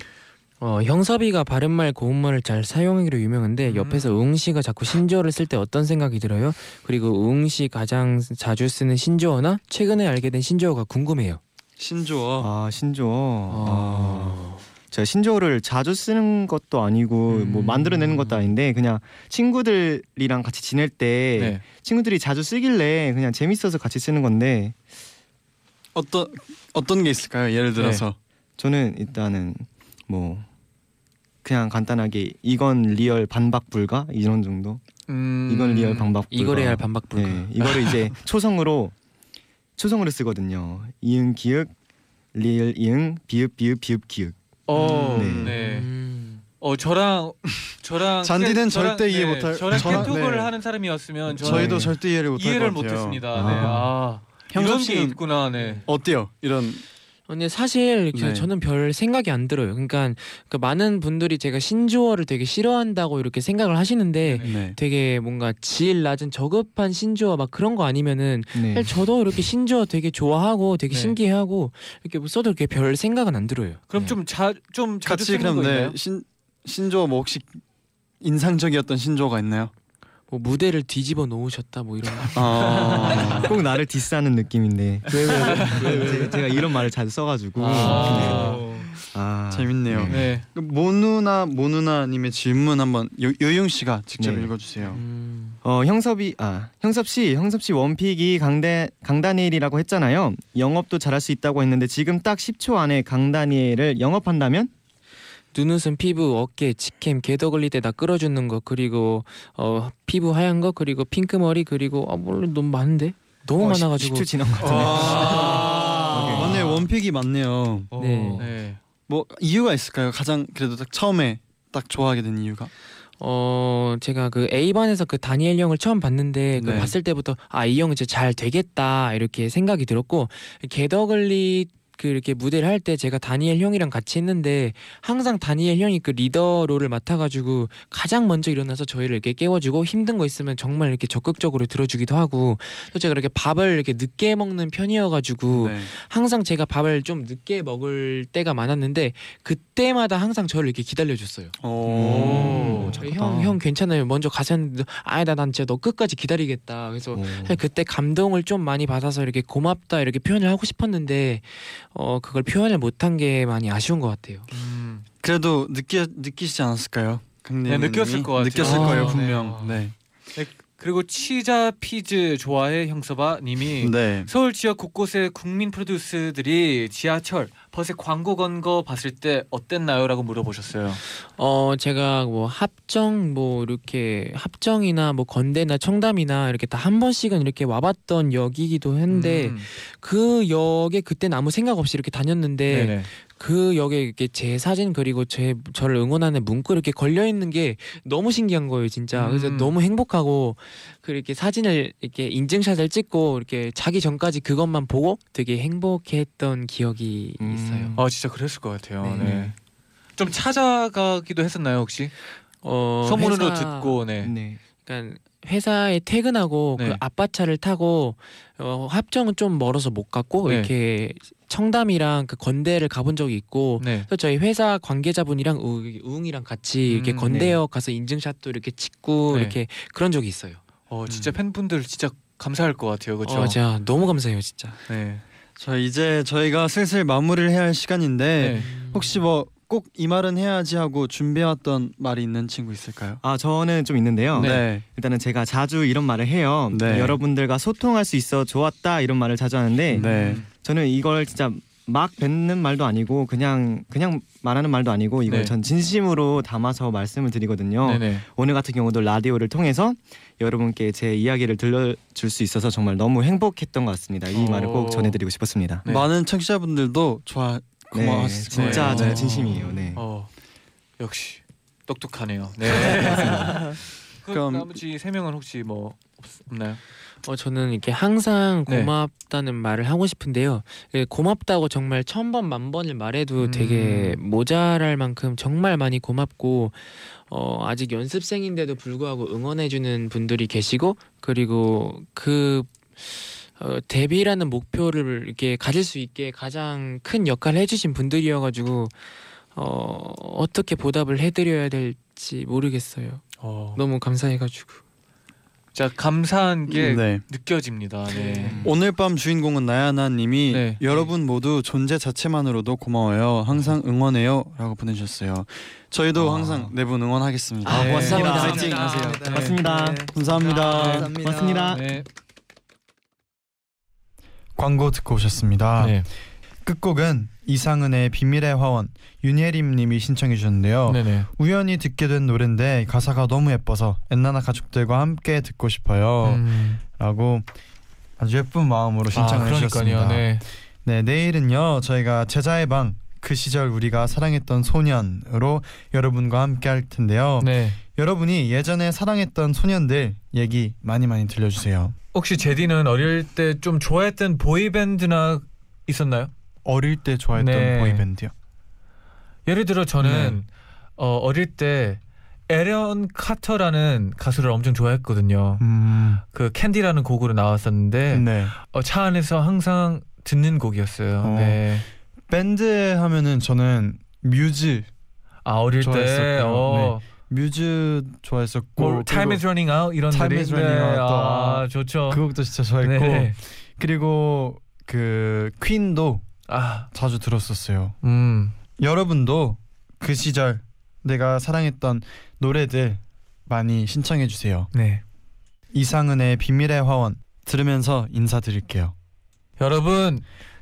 Speaker 7: 어, 형섭이가 바른말 고운말을 잘 사용하기로 유명한데
Speaker 2: 음.
Speaker 7: 옆에서 응 씨가 자꾸 신조어를 쓸 때 어떤 생각이 들어요? 그리고 응 씨 가장 자주 쓰는 신조어나 최근에 알게 된 신조어가 궁금해요.
Speaker 4: 신조어.
Speaker 8: 아 신조어. 아. 제가 신조어를 자주 쓰는 것도 아니고 뭐
Speaker 2: 음.
Speaker 8: 만들어내는 것도 아닌데 그냥 친구들이랑 같이 지낼 때
Speaker 2: 네.
Speaker 8: 친구들이 자주 쓰길래 그냥 재밌어서 같이 쓰는 건데
Speaker 4: 어떤 어떤 게 있을까요? 예를 들어서.
Speaker 8: 저는 일단은 뭐 그냥 간단하게 이건 리얼 반박 불가 이런 정도
Speaker 2: 음.
Speaker 8: 이건 리얼 반박 불가
Speaker 7: 이거를 할 반박불가.
Speaker 8: 네, 이거를 이제 초성으로 초성으로 쓰거든요 이응 기읍 리얼 이응 비읍 비읍 비읍 기읍
Speaker 2: 어,
Speaker 8: 음,
Speaker 2: 네.
Speaker 7: 음.
Speaker 2: 어 저랑 저랑 네,
Speaker 4: 잔디는 절대 이해 못할-
Speaker 2: 저랑
Speaker 4: 저랑-
Speaker 2: 깨톡을
Speaker 4: 네.
Speaker 2: 하는 사람이었으면 저는
Speaker 4: 저희도 절대 이해를 못할
Speaker 2: 이해를
Speaker 4: 것 같아요.
Speaker 2: 못했습니다.
Speaker 8: 아.
Speaker 2: 네. 아. 이런
Speaker 4: 형섭
Speaker 2: 게
Speaker 4: 씨는
Speaker 2: 있구나. 네.
Speaker 4: 어때요? 이런
Speaker 7: 근데 사실 그
Speaker 4: 네.
Speaker 7: 저는 별 생각이 안 들어요. 그러니까 그 많은 분들이 제가 신조어를 되게 싫어한다고 이렇게 생각을 하시는데
Speaker 4: 네.
Speaker 7: 되게 뭔가 질 낮은 저급한 신조어 막 그런 거 아니면은
Speaker 8: 네.
Speaker 7: 사실 저도 이렇게 신조어 되게 좋아하고 되게
Speaker 2: 네.
Speaker 7: 신기해하고 이렇게 뭐 써도 이렇게 별 생각은 안 들어요.
Speaker 2: 그럼
Speaker 7: 네.
Speaker 2: 좀 자 좀 자주
Speaker 4: 같이
Speaker 2: 쓰는
Speaker 4: 그럼
Speaker 2: 거
Speaker 4: 네.
Speaker 2: 있나요?
Speaker 4: 신 신조어 뭐 혹시 인상적이었던 신조어가 있나요?
Speaker 7: 뭐 무대를 뒤집어 놓으셨다 뭐 이런 거.
Speaker 4: 아.
Speaker 8: 어, 꼭 나를 디스하는 느낌인데 제- 제가 이런 말을 자주 써가지고
Speaker 2: 아.
Speaker 8: 네. 아,
Speaker 4: 음. 재밌네요.
Speaker 8: 네.
Speaker 2: 네.
Speaker 4: 그 모누나 모누나님의 질문 한번 요, 요영 씨가 직접
Speaker 8: 네.
Speaker 4: 읽어주세요.
Speaker 7: 음.
Speaker 8: 어 형섭이 아 형섭 씨 형섭 씨 원픽이 강대 강다니엘이라고 했잖아요. 영업도 잘할 수 있다고 했는데 지금 딱 10초 안에 강다니엘을 영업한다면
Speaker 7: 눈웃음 피부 어깨 직캠 개더글리대 다 끌어주는 거 그리고 어 피부 하얀 거 그리고 핑크 머리 그리고 아 물론 너무 많은데 너무
Speaker 8: 어, 시-
Speaker 7: 많아가지고
Speaker 8: 10초 지난 것 같은데.
Speaker 4: 아, 맞네요. 원픽이 맞네요.
Speaker 7: 네.
Speaker 2: 네.
Speaker 4: 뭐 이유가 있을까요? 가장 그래도 딱 처음에 딱 좋아하게 된 이유가?
Speaker 7: 어 제가 그 A 반에서 그 다니엘 형을 처음 봤는데 그
Speaker 4: 네.
Speaker 7: 봤을 때부터 아 이 형 이제 잘 되겠다 이렇게 생각이 들었고 개더글리 그 이렇게 무대를 할 때 제가 다니엘 형이랑 같이 했는데 항상 다니엘 형이 그 리더 롤을 맡아가지고 가장 먼저 일어나서 저희를 이렇게 깨워주고 힘든 거 있으면 정말 이렇게 적극적으로 들어주기도 하고 또 제가 이렇게 밥을 이렇게 늦게 먹는 편이어가지고
Speaker 4: 네.
Speaker 7: 항상 제가 밥을 좀 늦게 먹을 때가 많았는데 그때마다 항상 저를 이렇게 기다려줬어요.
Speaker 2: 음.
Speaker 4: 오.
Speaker 7: 음. 형, 형 괜찮아요. 먼저 가서 했는데 아니다 난 진짜 너 끝까지 기다리겠다. 그래서
Speaker 8: 오.
Speaker 7: 사실 그때 감동을 좀 많이 받아서 이렇게 고맙다 이렇게 표현을 하고 싶었는데 어 그걸 표현을 못한 게 많이 아쉬운 것 같아요.
Speaker 2: 음.
Speaker 4: 그래도 느끼 느끼시지 않았을까요? 강림
Speaker 2: 네, 느꼈을
Speaker 4: 님이?
Speaker 2: 것 같아요.
Speaker 4: 느꼈을
Speaker 7: 아,
Speaker 4: 거예요
Speaker 2: 네.
Speaker 4: 분명. 네.
Speaker 2: 그리고 치자 피즈 좋아해 형서바 님이
Speaker 4: 네.
Speaker 2: 서울 지역 곳곳의 국민 프로듀스들이 지하철 버스에 광고 건 거 봤을 때 어땠나요라고 물어보셨어요.
Speaker 7: 어 제가 뭐 합정 뭐 이렇게 합정이나 뭐 건대나 청담이나 이렇게 다 한 번씩은 이렇게 와봤던 역이기도 한데
Speaker 2: 음.
Speaker 7: 그 역에 그때 아무 생각 없이 이렇게 다녔는데
Speaker 2: 네네.
Speaker 7: 그 역에 이렇게 제 사진 그리고 제 저를 응원하는 문구 이렇게 걸려 있는 게 너무 신기한 거예요 진짜 그래서
Speaker 2: 음.
Speaker 7: 너무 행복하고 그 이렇게 사진을 이렇게 인증샷을 찍고 이렇게 자기 전까지 그것만 보고 되게 행복했던 기억이
Speaker 8: 음.
Speaker 7: 있어요
Speaker 2: 아 진짜 그랬을 것 같아요. 네.
Speaker 7: 네.
Speaker 2: 좀 찾아가기도 했었나요 혹시?
Speaker 7: 어,
Speaker 2: 소문으로
Speaker 7: 회사-
Speaker 2: 듣고 네.
Speaker 8: 네.
Speaker 7: 그러니까 회사에 퇴근하고
Speaker 2: 네.
Speaker 7: 그 아빠 차를 타고 어, 합정은 좀 멀어서 못 갔고
Speaker 2: 네.
Speaker 7: 이렇게 청담이랑 그 건대를 가본 적이 있고
Speaker 2: 네.
Speaker 7: 그래서 저희 회사 관계자분이랑 우- 우웅이랑 같이 이렇게
Speaker 2: 음,
Speaker 7: 건대역 가서 인증샷도 이렇게 찍고
Speaker 2: 네.
Speaker 7: 이렇게 그런 적이 있어요.
Speaker 2: 어 진짜 팬분들 진짜 감사할 것 같아요. 그렇죠?
Speaker 7: 어, 진짜 너무 감사해요, 진짜.
Speaker 2: 네.
Speaker 4: 자 이제 저희가 슬슬 마무리를 해야 할 시간인데
Speaker 2: 네.
Speaker 4: 혹시 뭐 꼭 이 말은 해야지 하고 준비해왔던 말이 있는 친구 있을까요?
Speaker 8: 아 저는 좀 있는데요.
Speaker 4: 네.
Speaker 8: 일단은 제가 자주 이런 말을 해요.
Speaker 4: 네.
Speaker 8: 여러분들과 소통할 수 있어 좋았다 이런 말을 자주 하는데
Speaker 4: 네.
Speaker 2: 음.
Speaker 8: 저는 이걸 진짜 막 뱉는 말도 아니고 그냥 그냥 말하는 말도 아니고 이걸
Speaker 2: 네.
Speaker 8: 전 진심으로 담아서 말씀을 드리거든요.
Speaker 2: 네네.
Speaker 8: 오늘 같은 경우도 라디오를 통해서 여러분께 제 이야기를 들려줄 수 있어서 정말 너무 행복했던 것 같습니다. 이
Speaker 2: 어.
Speaker 8: 말을 꼭 전해드리고 싶었습니다.
Speaker 2: 네.
Speaker 4: 많은 청취자분들도 좋아
Speaker 8: 네,
Speaker 4: 고마웠을 거예요.
Speaker 8: 진짜
Speaker 2: 네.
Speaker 8: 저는 진심이에요. 네.
Speaker 2: 어 역시 똑똑하네요. 네. 그럼
Speaker 4: 그럼-
Speaker 2: 나머지 세 명은 혹시 뭐 없- 없나요?
Speaker 7: 어, 저는 이렇게 항상
Speaker 2: 네.
Speaker 7: 고맙다는 말을 하고 싶은데요. 예, 고맙다고 정말 천 번, 만 번을 말해도
Speaker 2: 음.
Speaker 7: 되게 모자랄 만큼 정말 많이 고맙고, 어, 아직 연습생인데도 불구하고 응원해주는 분들이 계시고, 그리고 그, 어, 데뷔라는 목표를 이렇게 가질 수 있게 가장 큰 역할을 해주신 분들이어가지고, 어, 어떻게 보답을 해드려야 될지 모르겠어요.
Speaker 2: 어.
Speaker 7: 너무 감사해가지고.
Speaker 2: 자 감사한 게
Speaker 4: 네.
Speaker 2: 느껴집니다. 네.
Speaker 4: 오늘 밤 주인공은 나야나님이
Speaker 2: 네.
Speaker 4: 여러분 모두 존재 자체만으로도 고마워요. 항상 응원해요라고 보내주셨어요. 저희도
Speaker 2: 아.
Speaker 4: 항상 네 분 응원하겠습니다.
Speaker 8: 아,
Speaker 2: 네.
Speaker 8: 고맙습니다.
Speaker 2: 감사합니다.
Speaker 8: 화이팅 하세요.
Speaker 3: 네.
Speaker 8: 고맙습니다.
Speaker 3: 네.
Speaker 4: 감사합니다.
Speaker 3: 감사합니다.
Speaker 8: 고맙습니다.
Speaker 2: 네.
Speaker 4: 광고 듣고 오셨습니다.
Speaker 2: 네.
Speaker 4: 끝곡은 이상은의 비밀의 화원 윤예림님이 신청해 주셨는데요.
Speaker 2: 네네.
Speaker 4: 우연히 듣게 된 노래인데 가사가 너무 예뻐서 엔나나 가족들과 함께 듣고 싶어요라고
Speaker 2: 음.
Speaker 4: 아주 예쁜 마음으로 신청을
Speaker 2: 아, 그러니까요.
Speaker 4: 해주셨습니다. 네.
Speaker 2: 네.
Speaker 4: 내일은요 저희가 제자의 방 그 시절 우리가 사랑했던 소년으로 여러분과 함께 할 텐데요.
Speaker 2: 네.
Speaker 4: 여러분이 예전에 사랑했던 소년들 얘기 많이 많이 들려주세요.
Speaker 2: 혹시 제디는 어릴 때 좀 좋아했던 보이 밴드나 있었나요?
Speaker 4: 어릴 때 좋아했던
Speaker 2: 네.
Speaker 4: 보이밴드요.
Speaker 2: 예를 들어 저는
Speaker 4: 네.
Speaker 2: 어, 어릴 때 에런 카터라는 가수를 엄청 좋아했거든요.
Speaker 4: 음,
Speaker 2: 그 캔디라는 곡으로 나왔었는데
Speaker 4: 네.
Speaker 2: 어, 차 안에서 항상 듣는 곡이었어요.
Speaker 4: 어.
Speaker 2: 네.
Speaker 4: 밴드 하면은 저는 뮤즈
Speaker 2: 아 어릴 때
Speaker 4: 좋아했었고요.
Speaker 2: 어,
Speaker 4: 뮤즈 좋아했었고
Speaker 2: 뭐, Time is running out 이런
Speaker 4: Time
Speaker 2: 노래
Speaker 4: is
Speaker 2: 있는데,
Speaker 4: running out 또,
Speaker 2: 아,
Speaker 4: 아,
Speaker 2: 좋죠.
Speaker 4: 그 곡도 진짜 좋아했고
Speaker 2: 네.
Speaker 4: 그리고 그 퀸도
Speaker 2: 아,
Speaker 4: 자주 들었었어요.
Speaker 2: 음.
Speaker 4: 여러분도 그 시절 내가 사랑했던 노래들 많이 신청해 주세요.
Speaker 2: 네.
Speaker 4: 이상은의 비밀의 화원 들으면서 인사드릴게요.
Speaker 2: 여러분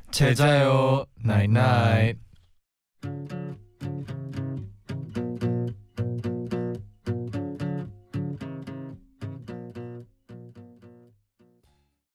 Speaker 4: 제자요 나잇나잇.